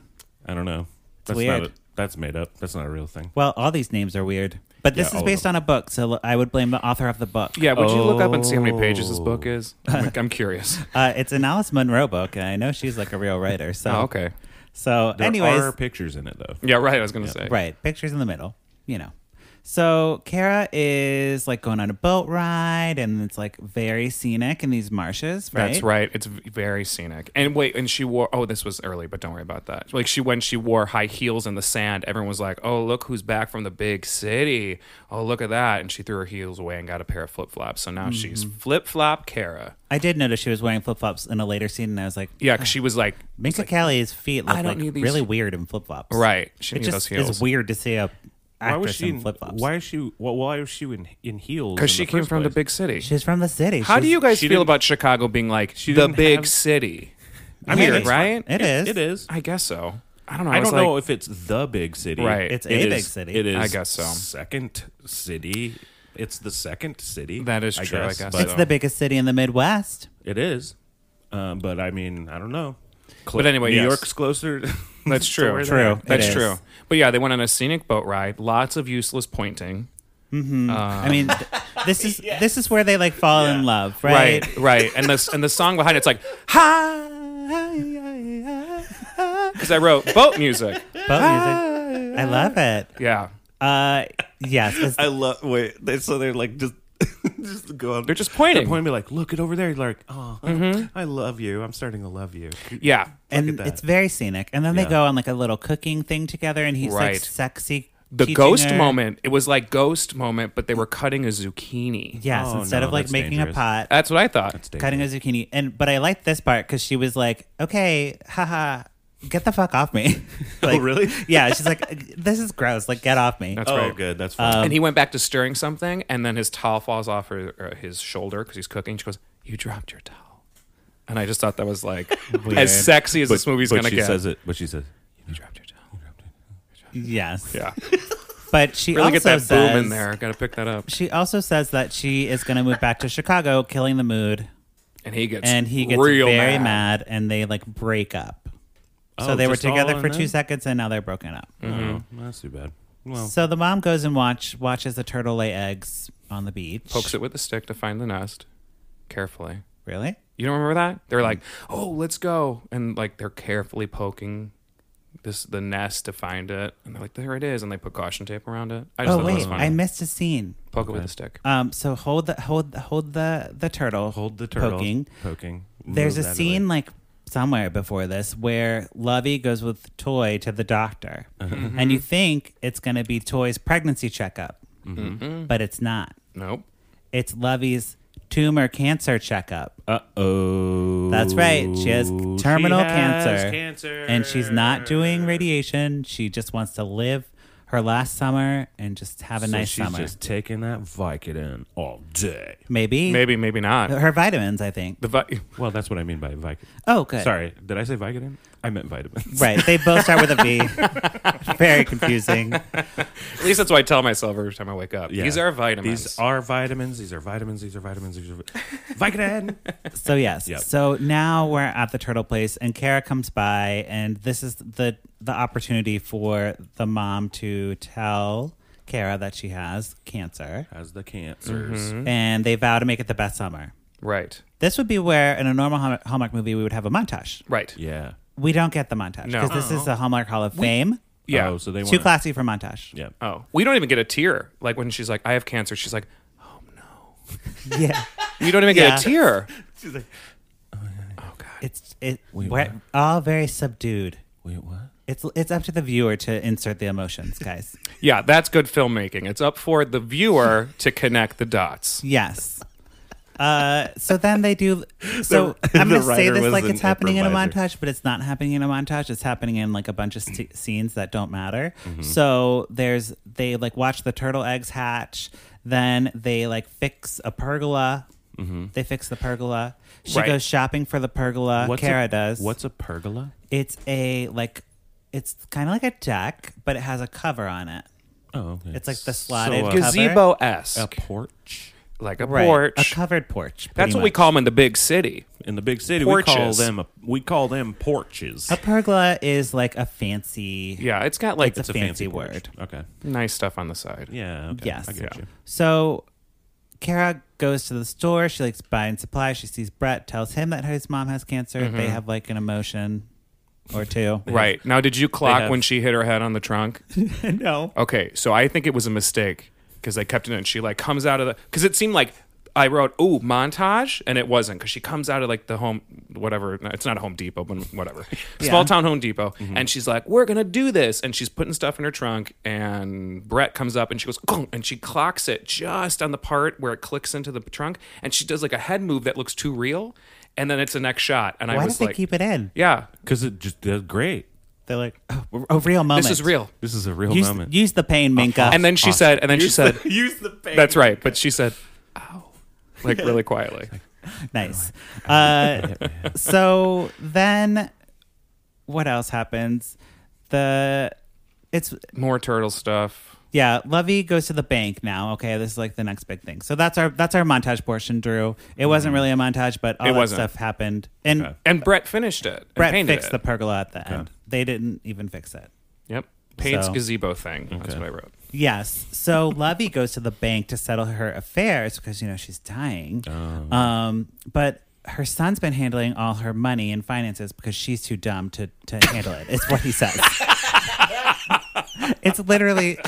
B: I don't know. That's
A: weird.
B: Not a, that's made up. That's not a real thing.
A: Well, all these names are weird. But this
B: Yeah,
A: is
B: all
A: based
B: of
A: on a book, so l- I would blame the author of the book.
C: Yeah. Would you look up and see how many pages this
B: Oh.
C: book is? I'm, I'm curious.
A: Uh, it's an Alice Munro book, and I know she's like a real writer. So,
C: Oh, okay.
A: So,
B: There
A: anyways,
B: are pictures in it though.
C: Yeah. Right. I was gonna say.
A: Right. Pictures in the middle, you know. So Kara is like going on a boat ride and it's like very scenic in these marshes, right?
C: That's right. It's v- very scenic. And wait, and she wore. Oh, this was early, but don't worry about that. Like she when she wore high heels in the sand, everyone was like, "Oh, look who's back from the big city! Oh, look at that!" And she threw her heels away and got a pair of flip flops. So now she's
B: Mm-hmm.
C: flip flop Kara.
A: I did notice she was wearing flip flops in a later scene and I was like,
C: Yeah, 'cause she was like,
A: Minka Kelly's feet look
C: I don't
A: like
C: need these-
A: really weird in flip flops.
C: right. She
A: It
C: needs those
A: just
C: heels.
A: is weird to see a
B: Why was
A: actress
B: she
A: in
B: in
A: flip flops.
B: Why is she? Well, why was she in in heels?
C: Because
B: in
C: she
B: the
C: came
B: first
C: from the
B: place?
C: big city.
A: She's from the city.
C: How do
A: She's-
C: you guys
B: she
C: feel
B: didn't-
C: about Chicago being like
B: She
C: the
B: didn't
C: big
B: have-
C: city?
B: I mean,
C: Weird,
B: it's-
C: right?
A: It is.
B: It is.
C: I guess so. I don't know.
B: I
C: was
B: don't know
C: like-
B: if it's the big city.
C: Right. It's
A: a
B: It
A: big
B: is-
A: city.
B: It is.
C: I guess so.
B: Second city. It's the second city.
C: That is true, I guess
B: but
A: It's
C: so.
A: the biggest city in the Midwest.
B: It is. Um, but I mean, I don't know.
C: But anyway,
B: New
C: yes.
B: York's closer.
C: That's true.
B: where they are.
A: True.
C: That's
A: It is.
C: true. But yeah, they went on a scenic boat ride. Lots of useless pointing.
A: I mean, th- this is this is where they like fall in love, right?
C: Right. right. And this and the song behind it's like hi because I wrote boat music.
A: Boat music. I love it.
C: Yeah.
A: Uh, yes. it's-
B: I love. Wait. They, so they're like just. Just go on.
C: They're just pointing.
B: They're pointing me like, look it over there. Like, oh, I love you. I'm starting to love you.
C: Yeah.
B: Look
A: and
B: at that.
A: it's very scenic. And then they
B: Yeah.
A: go on like a little cooking thing together, and he's
C: Right.
A: like sexy.
C: The
A: teaching
C: ghost
A: her-
C: moment. It was like ghost moment, but they were cutting a zucchini.
A: Yes,
B: Oh,
A: instead
B: no,
A: of like
B: that's
A: making a
B: dangerous.
A: pot,
C: That's what I thought.
B: It's dangerous.
A: cutting a zucchini. And but I liked this part because she was like, "Okay, haha, get the fuck off me." like,
B: Oh, really?
A: Yeah, she's like, "This is gross. Like, get off me."
C: That's
B: Oh,
C: right.
B: good. That's
A: Um,
B: fine.
C: and he went back to stirring something, and then his towel falls off her, or his shoulder because he's cooking. She goes, "You dropped your towel," and I just thought that was like as sexy as this movie's gonna
B: she
C: get.
B: says it. But she says,
C: you dropped your towel.
A: Yes,
C: Yeah,
A: but she
C: really
A: also
C: get that
A: says,
C: boom in there. Got to pick that up.
A: She also says that she is going to move back to Chicago, killing the mood,
C: And he gets
A: and he gets
C: real
A: very
C: mad.
A: mad, and they like break up. so
B: Oh,
A: they were
B: just all
A: together
B: in
A: for
B: that?
A: two seconds, and now they're broken up.
B: "Oh, that's too bad." Well,
A: So the mom goes and watch watches the turtle lay eggs on the beach.
C: Pokes it with a stick to find the nest carefully.
A: Really?
C: You don't remember that? They're like, "Oh, let's go," and like they're carefully poking this the nest to find it, and they're like, "There it is," and they put caution tape around it. I just
A: Oh
C: thought that was
A: wait,
C: funny.
A: I missed a scene.
C: Poke it with a stick.
A: Um, so hold the hold the- hold the the turtle.
B: hold the turtle.
A: Poking.
B: Poking.
A: There's
B: Move
A: a
B: that
A: scene
B: away.
A: like somewhere before this where Lovey goes with Toy to the doctor,
B: Uh-huh.
A: and you think it's going to be Toy's pregnancy checkup,
B: Mm-hmm.
A: but it's not.
C: Nope.
A: It's Lovey's tumor cancer checkup.
B: Uh oh.
A: That's right. She has terminal cancer,
B: cancer.
A: and she's not doing radiation. She just wants to live her last summer and just have a
B: so
A: nice
B: she's
A: summer.
B: just taking that Vicodin all day.
A: Maybe.
C: Maybe, maybe not.
A: Her vitamins, I think.
C: The vi-
B: Well, that's what I mean by Vicodin.
A: Oh, good.
B: Sorry, did I say Vicodin? I meant vitamins.
A: Right. They both start with a V. Very confusing.
C: At least that's what I tell myself every time I wake up.
B: Yeah.
C: These are vitamins.
B: These are vitamins. These are vitamins. These are vitamins. These are vi- Vicodin.
A: So, yes.
B: Yep.
A: So now we're at the turtle place, and Kara comes by, and this is the, the opportunity for the mom to tell Kara that she has cancer,
B: Has the cancers.
A: and they vow to make it the best summer.
C: right.
A: This would be where, in a normal Hallmark- Hallmark movie, we would have a montage.
C: Right.
B: Yeah.
A: We don't get the montage
C: No.
A: because this is the Hallmark Hall of Fame.
C: Yeah.
B: Oh, so they
A: Too
B: want.
A: classy for montage.
B: Yeah.
C: Oh, we don't even get a tear. Like when she's like, "I have cancer," she's like,
A: Yeah.
C: "You don't even
A: Yeah.
C: get a tear."
B: She's like,
C: Oh God.
A: It's it. we're
B: Wait, what?
A: all very subdued.
B: wait, what?
A: It's it's up to the viewer to insert the emotions, guys.
C: Yeah, that's good filmmaking. It's up for the viewer to connect the dots.
A: yes. Uh, so then they do. So I'm
B: the
A: going to say
B: writer
A: this
B: was
A: like
B: an
A: it's happening in a
B: improviser.
A: montage, but it's not happening in a montage. It's happening in like a bunch of st- scenes that don't matter.
B: Mm-hmm.
A: So there's they like watch the turtle eggs hatch. Then they like fix a pergola.
B: Mm-hmm.
A: They fix the pergola. She
C: Right.
A: goes shopping for the pergola. Kara
B: a,
A: does.
B: What's a pergola?
A: It's a like it's kind of like a deck, but it has a cover on it.
B: Oh, okay.
A: It's like the
B: So
A: slotted
B: a-
A: Cover?
C: Gazebo esque,
B: a porch
C: like a
A: Right.
C: porch.
A: A covered porch.
C: that's
A: pretty
C: what we
A: much.
C: call them in the big city.
B: in the big city. We call
C: Porches.
B: them a, we call them porches.
A: a pergola is like a fancy
C: Yeah, it's got like
A: It's a fancy word.
B: Okay.
C: nice stuff on the side.
B: Yeah. Okay.
A: Yes.
B: I get
C: Yeah.
B: you.
A: So Kara goes to the store, she likes buying supplies, she sees Brett, tells him that his mom has cancer. They have like an emotion or two.
C: Mm-hmm. Right. Now, did you clock
B: have-
C: when she hit her head on the trunk?
A: no.
C: Okay, so I think it was a mistake because they kept it in. She like comes out of the because it seemed like I wrote ooh montage and it wasn't because she comes out of like the home whatever no, it's not a Home Depot but whatever small town Home Depot
A: Mm-hmm.
C: and she's like we're gonna do this and she's putting stuff in her trunk and Brett comes up and she goes "Gong," and she clocks it just on the part where it clicks into the trunk and she does like a head move that looks too real and then it's the next shot and I
A: Why did
C: was
A: they
C: like
A: keep it in?
C: yeah
B: Because it just that's great.
A: They're like, oh, a real moment.
C: this is real Uh-huh.
B: This is a real
A: Use,
B: moment.
A: use the pain, Minka.
C: and then she said and then she said
B: use the pain.
C: That's right. But she said, ow, like really quietly.
A: nice. Uh, so then, what else happens? The it's
C: More turtle stuff.
A: yeah. Lovey goes to the bank now. Okay, this is like the next big thing. So that's our that's our montage portion. Drew. It wasn't really a montage, but all
C: Mm-hmm. It
A: that
C: wasn't.
A: stuff happened. And
B: Okay.
C: And Brett finished it. and
A: Brett
C: painted
A: fixed
C: it.
A: the pergola at the end. They didn't even fix it.
C: Yep. Paints
A: So-
C: gazebo thing. That's what I wrote.
A: Yes. So Lovey goes to the bank to settle her affairs because you know she's dying.
C: Oh.
A: Um, but her son's been handling all her money and finances because she's too dumb to to handle it. It's what he says. it's literally.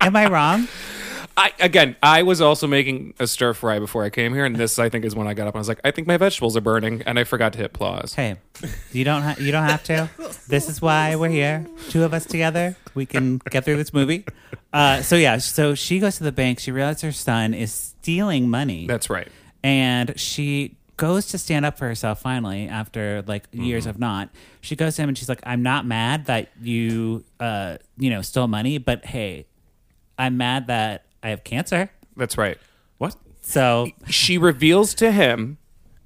A: Am I wrong?
C: I again, I was also making a stir fry before I came here, and this I think is when I got up and I was like, I think my vegetables are burning, and I forgot to hit pause.
A: Hey, you don't ha- you don't have to. This is why we're here. Two of us together, we can get through this movie. Uh, so yeah, so she goes to the bank. She realizes her son is stealing money.
C: That's right.
A: and she goes to stand up for herself finally after like years
C: Mm-hmm.
A: of not she goes to him and she's like i'm not mad that you uh you know stole money but hey i'm mad that i have cancer
C: That's right.
B: What?
A: so
C: She reveals to him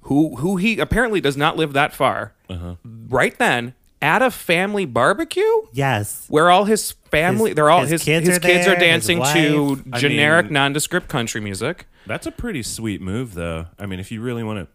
C: who who he apparently does not live that far.
A: Uh-huh.
C: Right then, at a family barbecue.
A: yes
C: where all his family,
A: His-
C: they're all
A: his
C: his his
A: kids
C: kids,
A: are
C: are,
A: there, his
C: dancing to
A: wife.
B: I
C: generic,
B: mean-
C: nondescript country music.
B: That's a pretty sweet move, though. I mean, if you really want to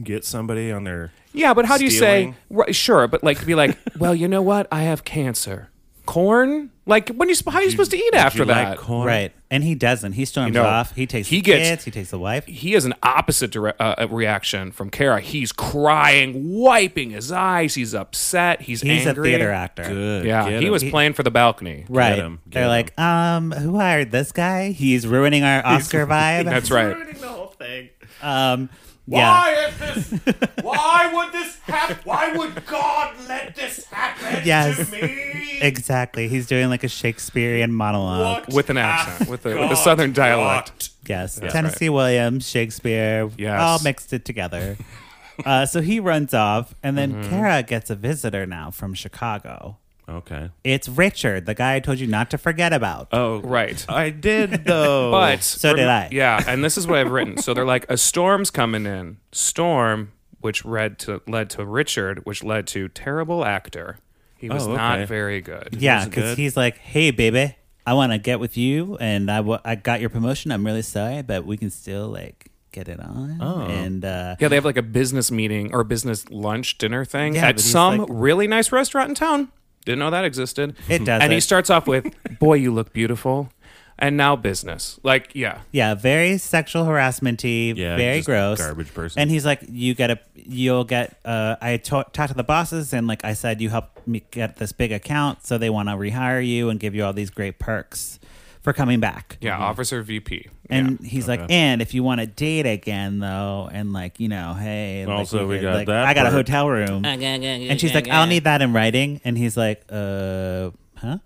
B: get somebody on their
C: Yeah, but how do you say
B: Stealing.
C: right, sure? But like, be like, well, you know what? I have cancer. Corn? Like, when you sp- how are you supposed to eat
B: Would
C: after
B: you like
C: that?
B: corn?
A: right and he doesn't he storms
C: You know,
A: off he takes
C: he
A: the
C: gets-
A: kids he takes the wife
C: he has an opposite dire- uh, uh, reaction from Kara. He's crying, wiping his eyes. He's upset. He's,
A: he's
C: angry.
A: a theater actor
B: Good.
C: Yeah,
B: get
C: he
B: him.
C: was playing for the balcony.
A: right
B: Get him, get
A: they're
B: him.
A: like um who hired this guy he's ruining our oscar vibe
C: That's right.
B: the whole thing.
A: um yeah
B: is this? Why would this happen? Why would God let this happen
A: Yes.
B: me?
A: exactly he's doing like a shakesperean monologue
C: With an accent, with a, with a southern dialect.
A: Yes, Tennessee Williams, Shakespeare,
C: Yes.
A: all mixed it together.
B: Mm-hmm.
A: uh, so he runs off, and then Kara gets a visitor now from Chicago.
B: Okay.
A: It's Richard, the guy I told you not to forget about.
B: Oh,
C: Right.
B: I did though.
C: But
A: So did I.
C: Yeah, and this is what I've written. So they're like, a storm's coming in. Storm, which read to led to Richard, which led to terrible actor. He was
B: Oh, okay.
C: not very good.
A: yeah,
B: wasn't
A: because
B: good.
A: he's like, hey, baby, I want to get with you, and I wa- I got your promotion. I'm really sorry, but we can still like get it on.
B: Oh.
A: And uh,
C: Yeah, they have like a business meeting or business lunch dinner thing
A: Yeah,
C: at
A: but he's
C: some
A: like-
C: really nice restaurant in town. Didn't know that existed.
A: It does
C: And
A: it.
C: he starts off with, "Boy, you look beautiful," and now business. Like, yeah,
A: yeah, very sexual harassmenty,
B: Yeah,
A: very
B: just
A: gross,
B: garbage person.
A: And he's like, you get a, you'll get. Uh, I ta- talked to the bosses, and like I said, you helped me get this big account, so they want to rehire you and give you all these great perks for coming back.
C: yeah. Officer VP.
A: Mm-hmm. And
C: yeah.
A: he's like,
B: Okay.
A: and if you want to date again, though, and like, you know, hey, like,
B: Also, we
A: could,
B: got
A: like,
B: that
A: I got a
B: part.
A: hotel room. And
D: And
A: she's like, I'll need that in writing. And he's like, uh, huh?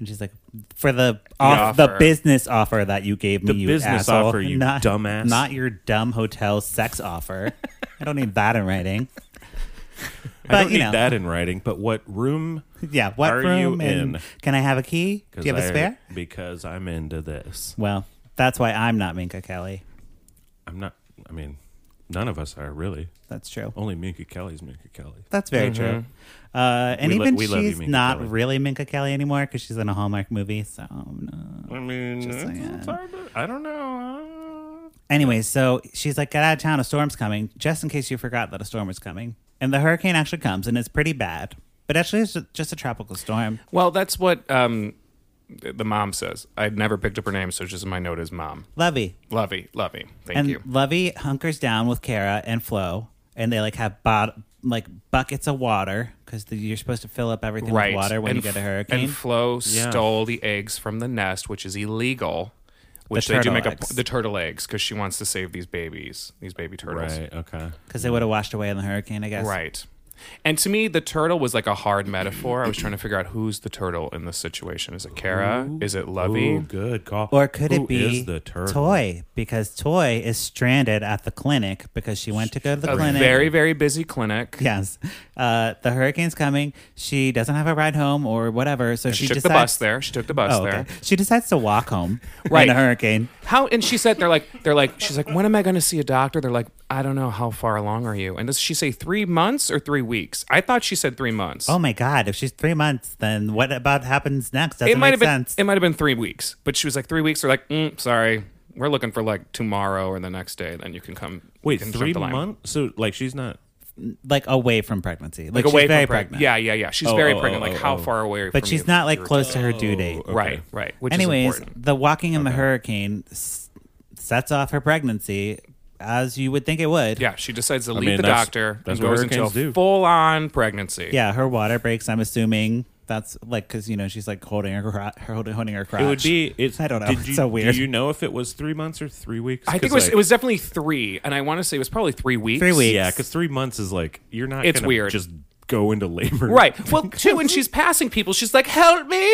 A: And she's like, for the off, the
C: offer.
A: business offer that you gave me,
B: The
A: you
B: business
A: asshole.
B: offer, you
A: not,
B: dumbass.
A: Not your dumb hotel sex offer. I don't need that in writing.
B: I don't
A: but, you
B: need
A: know.
B: that in writing. But what room?
A: Yeah. What
B: Are
A: room?
B: you
A: and
B: in?
A: Can I have a key?
B: 'Cause
A: Do you have a
B: I-
A: spare?
B: Because I'm into this.
A: Well, that's why I'm not Minka Kelly.
B: I'm not. I mean, none of us are really.
A: That's true.
B: Only Minka Kelly's Minka Kelly.
A: That's very true. Uh, and
B: We lo-
A: even
B: we love you,
A: she's
B: Minka
A: not
B: Kelly.
A: really Minka Kelly anymore because she's in a Hallmark movie. So no.
B: I mean,
A: Just
B: it's-
A: saying.
B: it's hard to- I don't know.
A: Anyway, so she's like, "Get out of town! A storm's coming!" Just in case you forgot that a storm was coming. And the hurricane actually comes, and it's pretty bad. But actually, it's ju- just a tropical storm.
C: Well, that's what um, th- the mom says. I'd never picked up her name, so it's just in my note as mom.
A: Lovey
C: Lovey, Lovey. Thank
A: and
C: you.
A: Lovey hunkers down with Kara and Flo, and they like have bot like buckets of water because you're supposed to fill up everything
C: Right.
A: with water when
C: and
A: you get a
C: F-
A: hurricane.
C: And Flo
B: Yeah.
C: stole the eggs from the nest, which is illegal. Which they do
A: turtle
C: make
A: eggs.
C: a the turtle eggs because she wants to save these babies, these baby turtles.
B: Right. Okay.
A: Because they would have washed away in the hurricane, I guess.
C: Right. And to me, the turtle was like a hard metaphor. I was trying to figure out who's the turtle in this situation. Is it Kara? Is it Lovey?
B: Ooh, good call.
A: Or could
B: Who
A: it be
B: is the turtle?
A: Toy? Because Toy is stranded at the clinic because she went to go to the
C: A
A: clinic.
C: very, very busy clinic.
A: yes. Uh, the hurricane's coming. She doesn't have a ride home or whatever, so
C: She,
A: she
C: took
A: decides,
C: the bus there. She took the bus
A: Oh,
C: there.
A: okay. She decides to walk home
C: Right.
A: in a hurricane.
C: How and she said they're like they're like she's like when am I going to see a doctor? They're like I don't know how far along are you? And does she say three months or three weeks? I thought she said three months.
A: Oh my god! If she's three months, then what about happens next? Doesn't
C: it might
A: make
C: have been
A: sense.
C: it might have been three weeks, but she was like three weeks. They're like mm, sorry, we're looking for like tomorrow or the next day. Then you can come.
B: Wait,
C: you can
B: three
C: jump the line.
B: months? So like, she's not.
A: like away from pregnancy. Like,
C: Like away
A: she's very
C: from preg-
A: pregnant.
C: Yeah, yeah, yeah. She's
B: Oh,
C: very
B: oh,
C: pregnant.
B: oh,
C: like
B: oh,
C: how
B: oh.
C: far away?
A: but
C: from
A: she's
C: you-
A: not like
C: you were-
A: close to her due date.
B: okay.
C: Right, right. Which is
A: Anyways,
C: important.
A: the walking in the hurricane s- sets off her pregnancy, as you would think it would.
C: Yeah, she decides to leave
B: mean,
C: the
B: that's-
C: doctor.
B: that's
C: and
B: what
C: goes into a
B: hurricanes do.
C: full on pregnancy.
A: Yeah, her water breaks. I'm assuming that's like because you know she's like holding her, cro- her holding, holding her crotch.
B: It would be. It's,
A: I don't know.
B: did
A: It's
B: you,
A: so weird.
B: Do you know if it was three months or three weeks?
C: I
B: 'Cause,
C: think it was
B: like,
C: it was definitely three, and I want to say it was probably three weeks.
A: Three weeks.
B: Yeah, because three months is like you're not.
C: It's
B: gonna
C: weird.
B: Just go into labor.
C: Right. Well, too, when she's passing people, she's like, "Help me,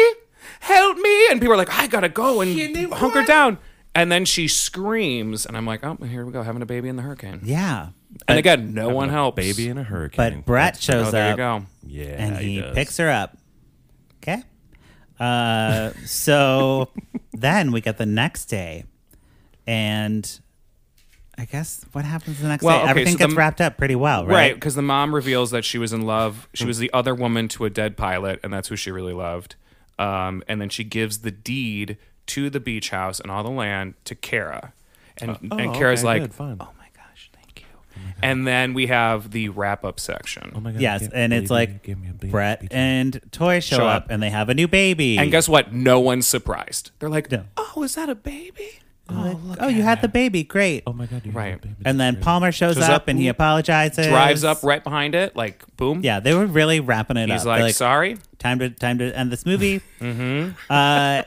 C: help me!" And people are like, "I gotta go and hunker down." And then she screams, and I'm like, "Oh, here we go, having a baby in the hurricane."
A: yeah,
C: and again, no one helps.
B: Baby in a hurricane.
A: but Brett shows
C: Oh, there
A: up
C: you go.
B: Yeah.
A: and he,
B: does.
A: picks her up. Okay. Uh, so then we get the next day, and I guess what happens the next
C: Well,
A: day?
C: okay,
A: Everything
C: so the
A: gets
C: m-
A: wrapped up pretty well,
C: Right,
A: right?
C: because the mom reveals that she was in love. She was the other woman to a dead pilot, and that's who she really loved. Um, and then she gives the deed to the beach house and all the land to Kara. And, and Kara's
B: Uh, oh, okay,
C: like,
B: good, fine.
C: oh my gosh, thank you. And then we have the wrap up section.
B: Oh my God,
A: Yes,
B: give-
A: and it's
B: baby,
A: like
B: give me a baby,
A: Brett
B: baby.
A: and Toy show,
C: Show
A: up,
C: up.
A: and they have a new baby.
C: And guess what? No one's surprised. They're like,
A: No.
C: oh, is that a baby?
A: oh, you had the baby, great.
B: Oh my God, you have a
C: Right.
B: baby.
A: and then Palmer shows,
C: Shows
A: up,
C: up,
A: and he
C: ooh,
A: apologizes.
C: Drives up right behind it, like, boom.
A: Yeah, they were really wrapping it
C: He's
A: up.
C: like,
A: They're
C: sorry.
A: time to time to end this movie. mm-hmm. uh,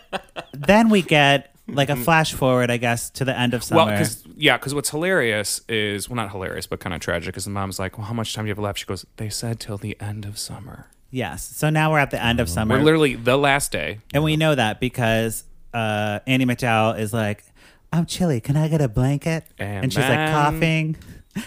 A: then we get like a flash forward, I guess, to the end of summer.
C: Well, because yeah, because what's hilarious is well, not hilarious, but kind of tragic. Is the mom's like, "Well, how much time do you have left?" She goes, "They said till the end of summer."
A: yes, so now we're at the end of summer,
C: Mm-hmm. We're literally the last day.
A: and we know that because uh, Annie McDowell is like, "I'm chilly. Can I get a blanket?"
C: And
A: she's like
C: then-
A: coughing.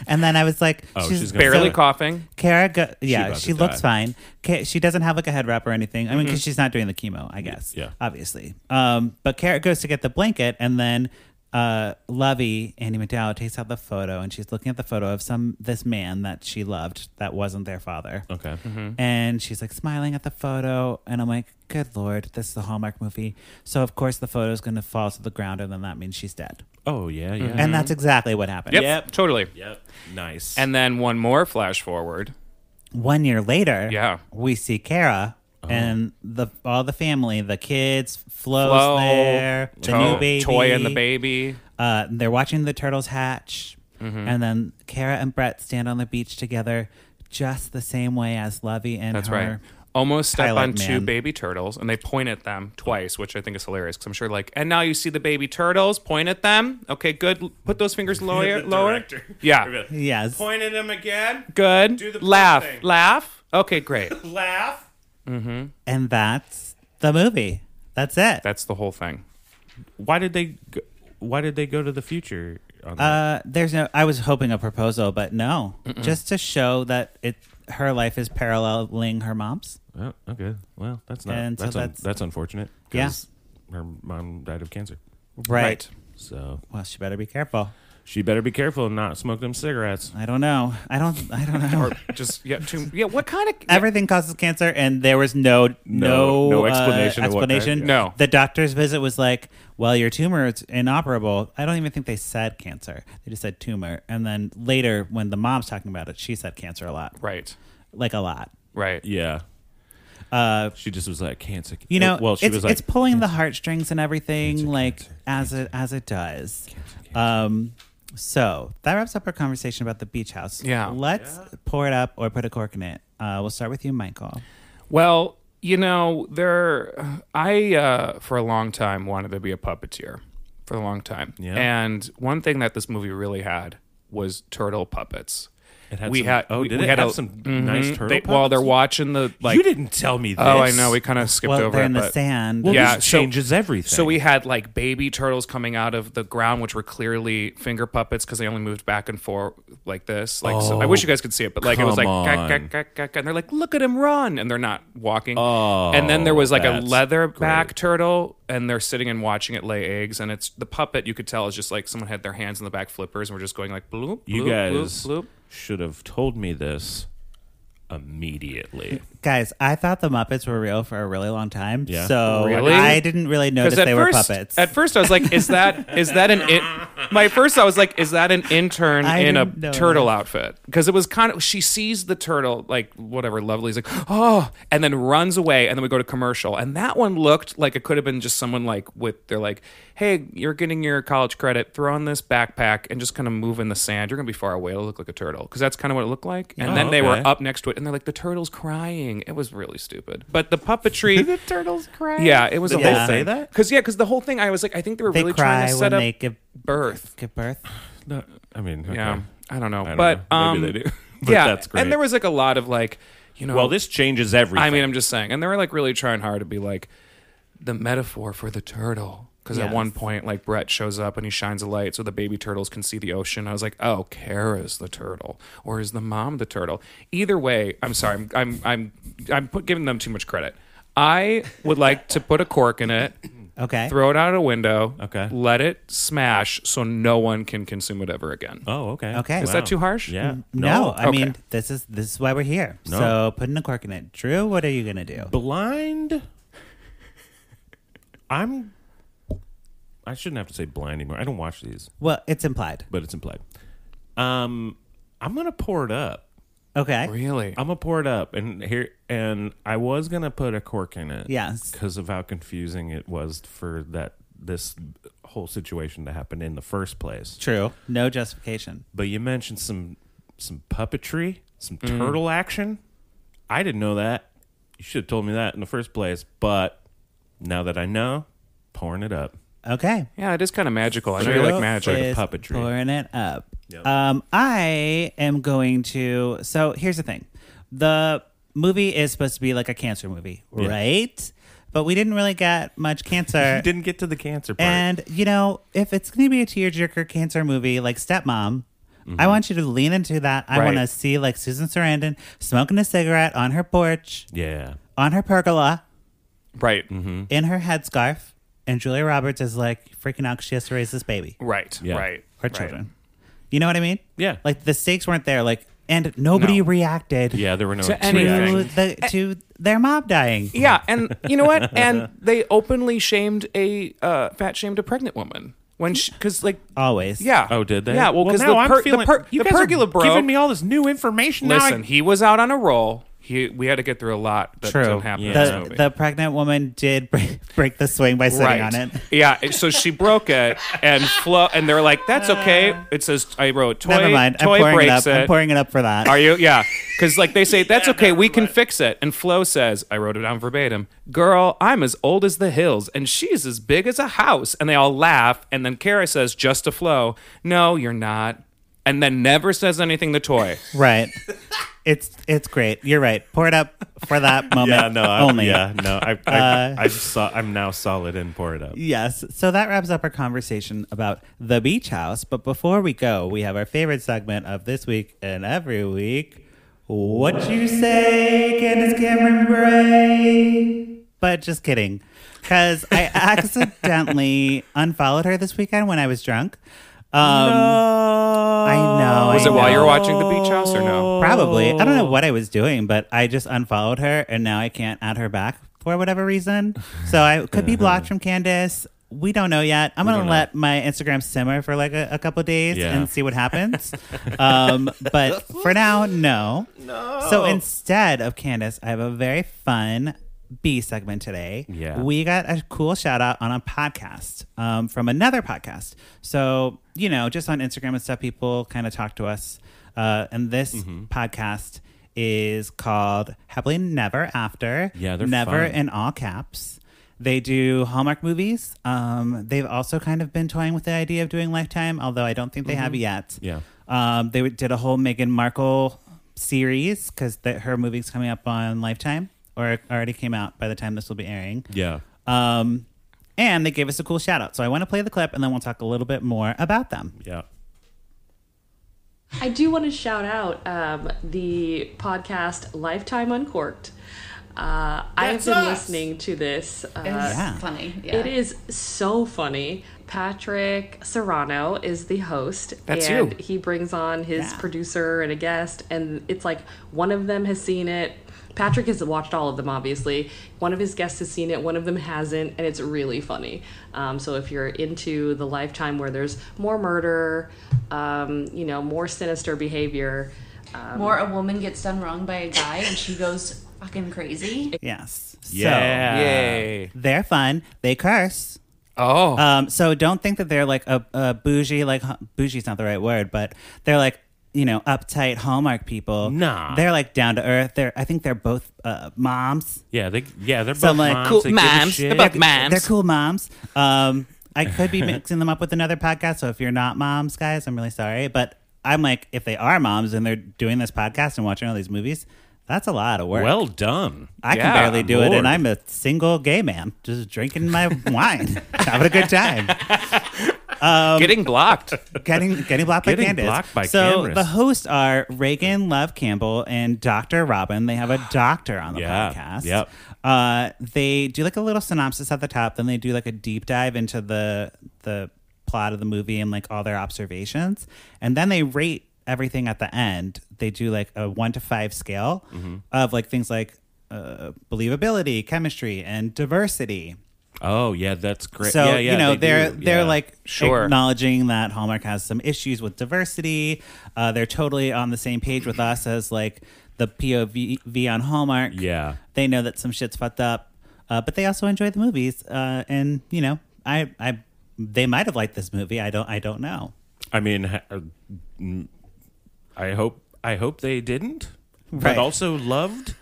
A: And then I was like,
B: Oh, she's gonna
C: barely
B: So-
C: coughing.
A: Kara, go- yeah,
B: about
A: she
B: to
A: looks
B: die. Mm-hmm.
A: fine. Ka- she doesn't have like a head wrap or anything. I mean, because she's not doing the chemo, I guess.
B: yeah.
A: obviously. Um, but Kara goes to get the blanket, and then uh, Lovey Andy McDowell takes out the photo, and she's looking at the photo of some this man that she loved that wasn't their father.
B: Okay.
C: Mm-hmm.
A: And she's like smiling at the photo, and I'm like, "Good lord, this is a Hallmark movie." So of course the photo's going to fall to the ground, and then that means she's dead.
B: Oh yeah, yeah.
A: And that's exactly what happened.
C: Yep, totally.
B: Yep. Nice.
C: And then one more flash forward.
A: one year later,
C: Yeah. Uh-huh.
A: we see Kara and the all the family, the kids, Flo's
C: Flo,
A: there, the
C: Toy-
A: new baby,
C: Toy and the baby.
A: Uh, they're watching the turtles hatch,
C: Mm-hmm.
A: and then Kara and Brett stand on the beach together, just the same way as Lovey and
C: That's
A: her.
C: right. Almost step
A: Highlight
C: on two
A: Man.
C: baby turtles, and they point at them twice, which I think is hilarious. Because I'm sure, like, and now you see the baby turtles. Point at them. Okay, good. L- Put those fingers lower. lower. Yeah.
A: Yes.
B: Pointed him again.
C: Good.
B: Do the pop
C: laugh.
B: thing.
C: Laugh. Okay, great.
B: Laugh.
A: And that's the movie. That's it.
C: That's the whole thing.
B: Why did they? Go, why did they go to the future? On that?
A: Uh, there's no. I was hoping a proposal, but no. Just to show that it her life is paralleling her mom's.
B: Oh, okay. Well, that's not.
A: Uh, and so
B: That's un-
A: that's-
B: that's, unfortunate. 'cause Her mom died of cancer,
A: right.
B: so
A: Well, she better be careful.
B: she better be careful and not smoke them cigarettes.
A: I don't know. I don't. I don't know.
C: Or just yeah. Two, yeah. What kind of?
A: Everything causes cancer, and there was no no,
B: No- no
A: uh,
B: explanation of what kind,
A: explanation.
B: yeah.
C: No.
A: the doctor's visit was like, "Well, your tumor is inoperable." I don't even think they said cancer; they just said tumor. And then later, when the mom's talking about it, she said cancer a lot,
C: Right.
A: like a lot.
C: Right.
B: Yeah.
A: Uh,
B: She just was like cancer.
A: you know,
B: Well, she
A: it's,
B: was like
A: it's pulling the heartstrings and everything,
B: Cancer,
A: like
B: cancer,
A: as it as it does. Um, so that wraps up our conversation about the beach house.
C: Yeah.
A: let's pour it up or put a cork in it. Uh, we'll start with you, Michael.
C: Well, you know, there I uh, for a long time wanted to be a puppeteer for a long time.
B: Yeah.
C: And one thing that this movie really had was turtle puppets.
B: It had
C: we
B: some-
C: had
B: oh,
C: we,
B: did
C: we
B: it
C: had
B: have
C: a- Mm-hmm.
B: some nice turtle
C: they- While they're
B: puppets?
C: watching the like
B: you didn't tell me. This.
C: Oh, I know. We kind of skipped
A: well,
C: over
A: they're
C: it,
A: in the
C: but-
A: sand.
B: Well,
C: Yeah,
B: this
C: so-
B: changes everything.
C: So we had like baby turtles coming out of the ground, which were clearly finger puppets because they only moved back and forth like this. Like, so I wish you guys could see it, but like it was like,
B: Oh, come
C: "Gah, gah,
B: on.
C: gah, gah, gah," and they're like, look at him run, and they're not walking. Oh, and then there was like a
B: that's
C: leatherback turtle, and they're sitting and watching it lay eggs, and it's the puppet. You could tell is just like someone had their hands in the back flippers and were just going like bloop, bloop,
B: you guys
C: bloop, bloop.
B: should have told me this immediately.
A: Guys, I thought the Muppets were real for a really long time.
B: Yeah.
A: So
C: Really?
A: I didn't really notice
C: at
A: they were
C: first,
A: puppets.
C: At first, I was like, "Is that is that an?" In-? My first, I was like, "Is that an intern
A: I
C: in a
A: didn't know
C: turtle outfit?" Because it was kind of she sees the turtle like whatever. Lovely's like, "Oh," and then runs away, and then we go to commercial, and that one looked like it could have been just someone like with they're like, "Hey, you're getting your college credit. Throw on this backpack and just kind of move in the sand. You're gonna be far away. It'll look like a turtle because that's kind of what it looked like." And
B: Oh,
C: then they were
B: okay.
C: up next to it, and they're like, "The turtle's crying." It was really stupid, but the puppetry.
B: turtles cry.
C: Yeah, it was
A: Did
C: a
A: they
C: whole
A: say
C: thing.
B: that?
C: Because yeah, because the whole thing, I was like, I think they were
A: they
C: really
A: cry
C: trying to
A: when
C: set up
A: they give
C: birth.
A: give birth.
B: No, I mean, okay.
C: Yeah, I don't know,
B: I don't
C: but
B: know.
C: um,
B: Maybe they do. But
C: yeah,
B: that's great.
C: and there was like a lot of like, you know,
B: Well, this changes everything.
C: I mean, I'm just saying, and they were like really trying hard to be like the metaphor for the turtle. Because at
A: Yes.
C: one point, like Brett shows up and he shines a light so the baby turtles can see the ocean. I was like, "Oh, Kara's the turtle, or is the mom the turtle?" Either way, I'm sorry, I'm I'm I'm, I'm put, giving them too much credit. I would like to put a cork in it
A: Okay.
C: throw it out a window.
B: Okay.
C: Let it smash so no one can consume it ever again.
B: oh, okay.
A: Okay. Is
C: that too harsh?
B: Yeah.
A: Mm, no, I
C: Okay.
A: mean this is this is why we're here.
B: No.
A: So putting a cork in it. Drew, what are you gonna do?
B: blind. I'm. I shouldn't have to say blind anymore. I don't watch these,
A: Well, it's implied.
B: but it's implied. Um, I'm gonna pour it up.
A: Okay.
C: Really?
B: I'm gonna pour it up, and here, and I was gonna put a cork in it.
A: Yes.
B: because of how confusing it was for that this whole situation to happen in the first place.
A: True. No justification.
B: But you mentioned some some puppetry, some
C: Mm.
B: turtle action. I didn't know that. You should have told me that in the first place. But now that I know, pouring it up.
A: Okay.
C: yeah, it is kind of magical. I know
B: Sure.
C: you like
B: Sort
C: magic.
B: of
A: is
B: puppetry.
A: Pouring it up.
B: Yep.
A: Um, I am going to. So here's the thing: the movie is supposed to be like a cancer movie,
B: Yeah.
A: right? But we didn't really get much
B: You
C: Uh,
A: cancer.
B: didn't get to the cancer part.
A: and you know, if it's going to be a tearjerker cancer movie like Stepmom,
B: Mm-hmm.
A: I want you to lean into that. I want to
C: Right.
A: see like Susan Sarandon smoking a cigarette on her porch,
B: Yeah.
A: on her pergola,
C: Right.
B: Mm-hmm.
A: in her headscarf, and Julia Roberts is like freaking out 'cause she has to raise this baby.
C: Right.
B: Yeah.
C: Right.
A: Her
C: right.
A: children. You know what I mean?
B: Yeah.
A: Like the stakes weren't there. Like and nobody
C: No.
A: reacted
B: Yeah, there were no
C: To
B: to
A: to
C: anything.
A: the to their mom dying.
C: Yeah, and you know what? And they openly shamed a uh, fat shamed a pregnant woman when because like
A: Always.
C: yeah.
B: Oh, did they?
C: Yeah.
B: well
C: Well, because
B: now
C: the,
B: I'm
C: per-
B: feeling
C: the, per-
B: you
C: the
B: guys are
C: pergola broke.
B: giving me all this new information. Now I-
C: Listen, he was out on a roll. He we had to get through a lot that
A: True.
C: didn't happen in
B: Yeah.
C: this
A: The,
C: movie.
A: the pregnant woman did break, break the swing by sitting
C: right.
A: on it.
C: Yeah. and So she broke it and flow, and they're like, "That's okay." It says, "I wrote toy."
A: Uh, Never mind. I'm
C: Toy
A: pouring it up.
C: breaks
A: I'm pouring it up for that.
C: Are you? Yeah. Because like they say, that's okay. We can fix it. And Flo says, I wrote it down verbatim. Girl, I'm as old as the hills, and she's as big as a house. And they all laugh. And then Kara says, just to Flo, no, you're not. And then never says anything to Toy.
A: right. It's it's great. You're right. Pour it up for that moment
B: yeah, Uh, no, I,
A: only. Uh,
B: Yeah, no, I, I, I saw, I'm now solid in pour it up.
A: Yes. So that wraps up our conversation about the beach house. But before we go, we have our favorite segment of this week and every week. What you say, Candace Cameron Bray? But just kidding. Because I accidentally unfollowed her this weekend when I was drunk. Um, I know.
C: Was
A: I
C: it while you
A: know.
C: were watching The Beach House or no?
A: Probably. I don't know what I was doing, but I just unfollowed her and now I can't add her back for whatever reason. So I could be blocked from Candace. We don't know yet. I'm going to let my Instagram simmer for like a, a couple days
B: Yeah.
A: and see what happens. um, but for now, no. No.
B: Oh.
A: So instead of Candace, I have a very fun B segment today.
B: Yeah.
A: We got a cool shout out on a podcast um, from another podcast. So, you know, just on Instagram and stuff, people kind of talk to us. Uh, and this
B: Mm-hmm.
A: podcast is called Happily Never After.
B: Yeah, they're
A: Never
B: fun.
A: in all caps. They do Hallmark movies. Um, they've also kind of been toying with the idea of doing Lifetime, although I don't think they have yet.
B: Mm-hmm. Yeah.
A: Um, they did a whole Meghan Markle series because her movie's coming up on Lifetime or it already came out by the time this will be airing.
B: Yeah.
A: Um, and they gave us a cool shout out. So I want to play the clip and then we'll talk a little bit more about them.
B: Yeah.
D: I do want to shout out um, the podcast Lifetime Uncorked. Uh, I have
E: That's
D: been
E: us.
D: listening to this. Uh,
E: It's
A: Yeah.
E: funny. Yeah.
D: It is so funny. Patrick Serrano is the host.
C: That's
D: and
C: you.
D: he brings on his
A: Yeah.
D: producer and a guest, and it's like one of them has seen it. Patrick has watched all of them, obviously. One of his guests has seen it, one of them hasn't, and it's really funny. Um, so if you're into the lifetime where there's more murder, um, you know, more sinister behavior,
E: More a woman gets done wrong by a guy and she goes fucking crazy.
A: Yes. So
B: Yeah.
C: Yay.
A: they're fun. They curse.
C: Oh.
A: Um, so don't think that they're like a, a bougie, like huh, bougie's not the right word, but they're like, you know, uptight Hallmark people.
B: Nah.
A: They're like down to earth. They're, I think they're both uh, moms.
B: Yeah. They. Yeah. They're both
A: So, like,
B: moms.
A: cool
B: they give a
C: moms.
B: shit.
C: They're both moms.
A: They're cool moms. Um, I could be mixing them up with another podcast. So if you're not moms, guys, I'm really sorry. But I'm like, if they are moms and they're doing this podcast and watching all these movies, that's a lot of work.
B: Well done.
A: I can
C: yeah,
A: barely do it,
B: Lord.
A: and I'm a single gay man just drinking my wine, having a good time
C: Oh, Getting blocked.
A: getting getting blocked by
B: Getting
A: Candace.
B: blocked by
A: so
B: cameras.
A: the hosts are Reagan Love Campbell and Dr. Robin. They have a doctor on the
B: Yeah.
A: podcast.
B: Yep.
A: Uh, they do like a little synopsis at the top, then they do like a deep dive into the the plot of the movie and like all their observations, and then they rate everything at the end. They do like a one to five scale
B: Mm-hmm.
A: of like things like uh, believability, chemistry, and diversity.
B: Oh yeah, that's great.
A: So
B: yeah, yeah,
A: you know
B: they
A: they're
B: do.
A: they're
B: Yeah.
A: like
C: Sure.
A: acknowledging that Hallmark has some issues with diversity. Uh, they're totally on the same page with us as like the POV on Hallmark.
B: Yeah.
A: they know that some shit's fucked up, uh, but they also enjoy the movies. Uh, and you know, I I they might have liked this movie. I don't I don't know.
B: I mean, ha- uh, mm, I hope I hope they didn't,
A: Right.
B: but also loved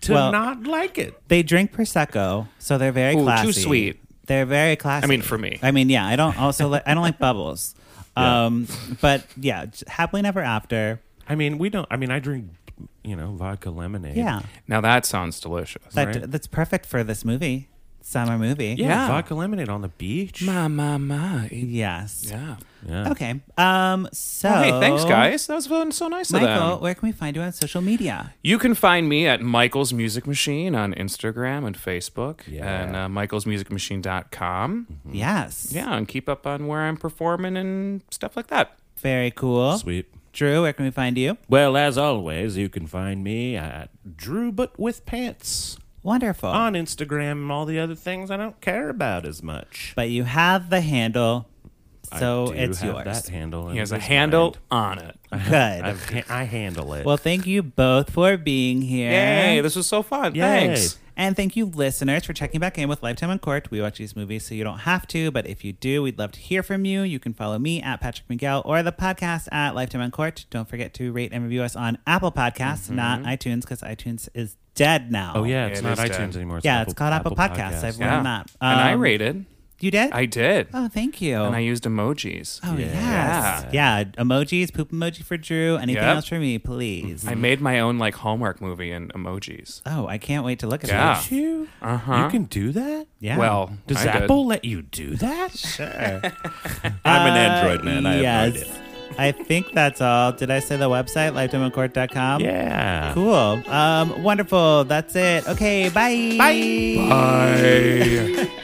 B: to
A: Well-
B: not like it.
A: They drink prosecco, so they're very
C: Ooh, too
A: classy.
C: sweet.
A: They're very classy.
C: I mean, for me.
A: I mean, yeah. I don't also like I don't like bubbles. Um, but yeah, j- happily never after.
B: I mean, we don't. I mean, I drink, you know, vodka lemonade.
A: Yeah.
C: Now that sounds delicious.
A: That
B: right?
A: that's perfect for this movie. summer movie.
B: Yeah,
C: Yeah.
B: vodka lemonade on the beach.
C: My, my, my.
A: Yes.
C: Yeah.
B: Yeah.
A: Okay. Um. So.
C: Well, Oh, hey, thanks, guys. That was fun- so nice of them.
A: Michael, where can we find you on social media?
C: You can find me at Michael's Music Machine on Instagram and Facebook
B: Yeah.
C: and uh, michaelsmusicmachine.com.
A: Mm-hmm. Yes.
C: Mm. Yeah, and keep up on where I'm performing and stuff like that.
A: Very cool.
B: Sweet.
A: Drew, where can we find you?
B: Well, as always, you can find me at Drew But With Pants
A: Wonderful.
B: on Instagram and all the other things I don't care about as much.
A: But you have the handle,
B: I
A: so
B: do
A: it's
B: have
A: yours.
B: That handle.
C: He
B: in
C: has a
B: his
C: handle
B: mind.
C: on it.
A: Good.
B: I've ha- I handle it.
A: Well, thank you both for being here.
C: Yay, this was so fun.
B: Yay.
C: Thanks.
A: And thank you, listeners, for checking back in with Lifetime on Court. We watch these movies so you don't have to, but if you do, we'd love to hear from you. You can follow me at Patrick Miguel or the podcast at Lifetime on Court. Don't forget to rate and review us on Apple Podcasts, not iTunes, because iTunes is dead now.
B: Mm-hmm. oh yeah, it's
C: It
B: not
C: is
B: iTunes
C: dead.
B: anymore.
A: Yeah, it's called Apple Podcasts. I've
C: Yeah.
A: learned that.
C: and I
A: Um,
C: rated.
A: You did?
C: I did.
A: Oh, thank you.
C: and I used emojis.
A: Oh yes.
C: Yeah.
A: Yeah. Emojis, poop emoji for Drew. Anything
C: Yep.
A: else for me,
B: Mm-hmm.
A: please.
C: I made my own like Hallmark movie in emojis.
A: Oh, I can't wait to look at
C: Yeah.
A: those.
B: you.
C: Uh-huh.
B: You can do that.
A: Yeah.
C: Well,
B: Does
C: I did.
B: Apple let you do that?
A: sure.
B: I'm an
A: Uh,
B: Android man. I have no
A: yes.
B: idea.
A: I think that's all. Did I say the website, lifetimeoncourt.com?
B: Yeah.
A: Um, Cool. Um, wonderful. That's it. Okay. Bye. Bye.
C: Bye.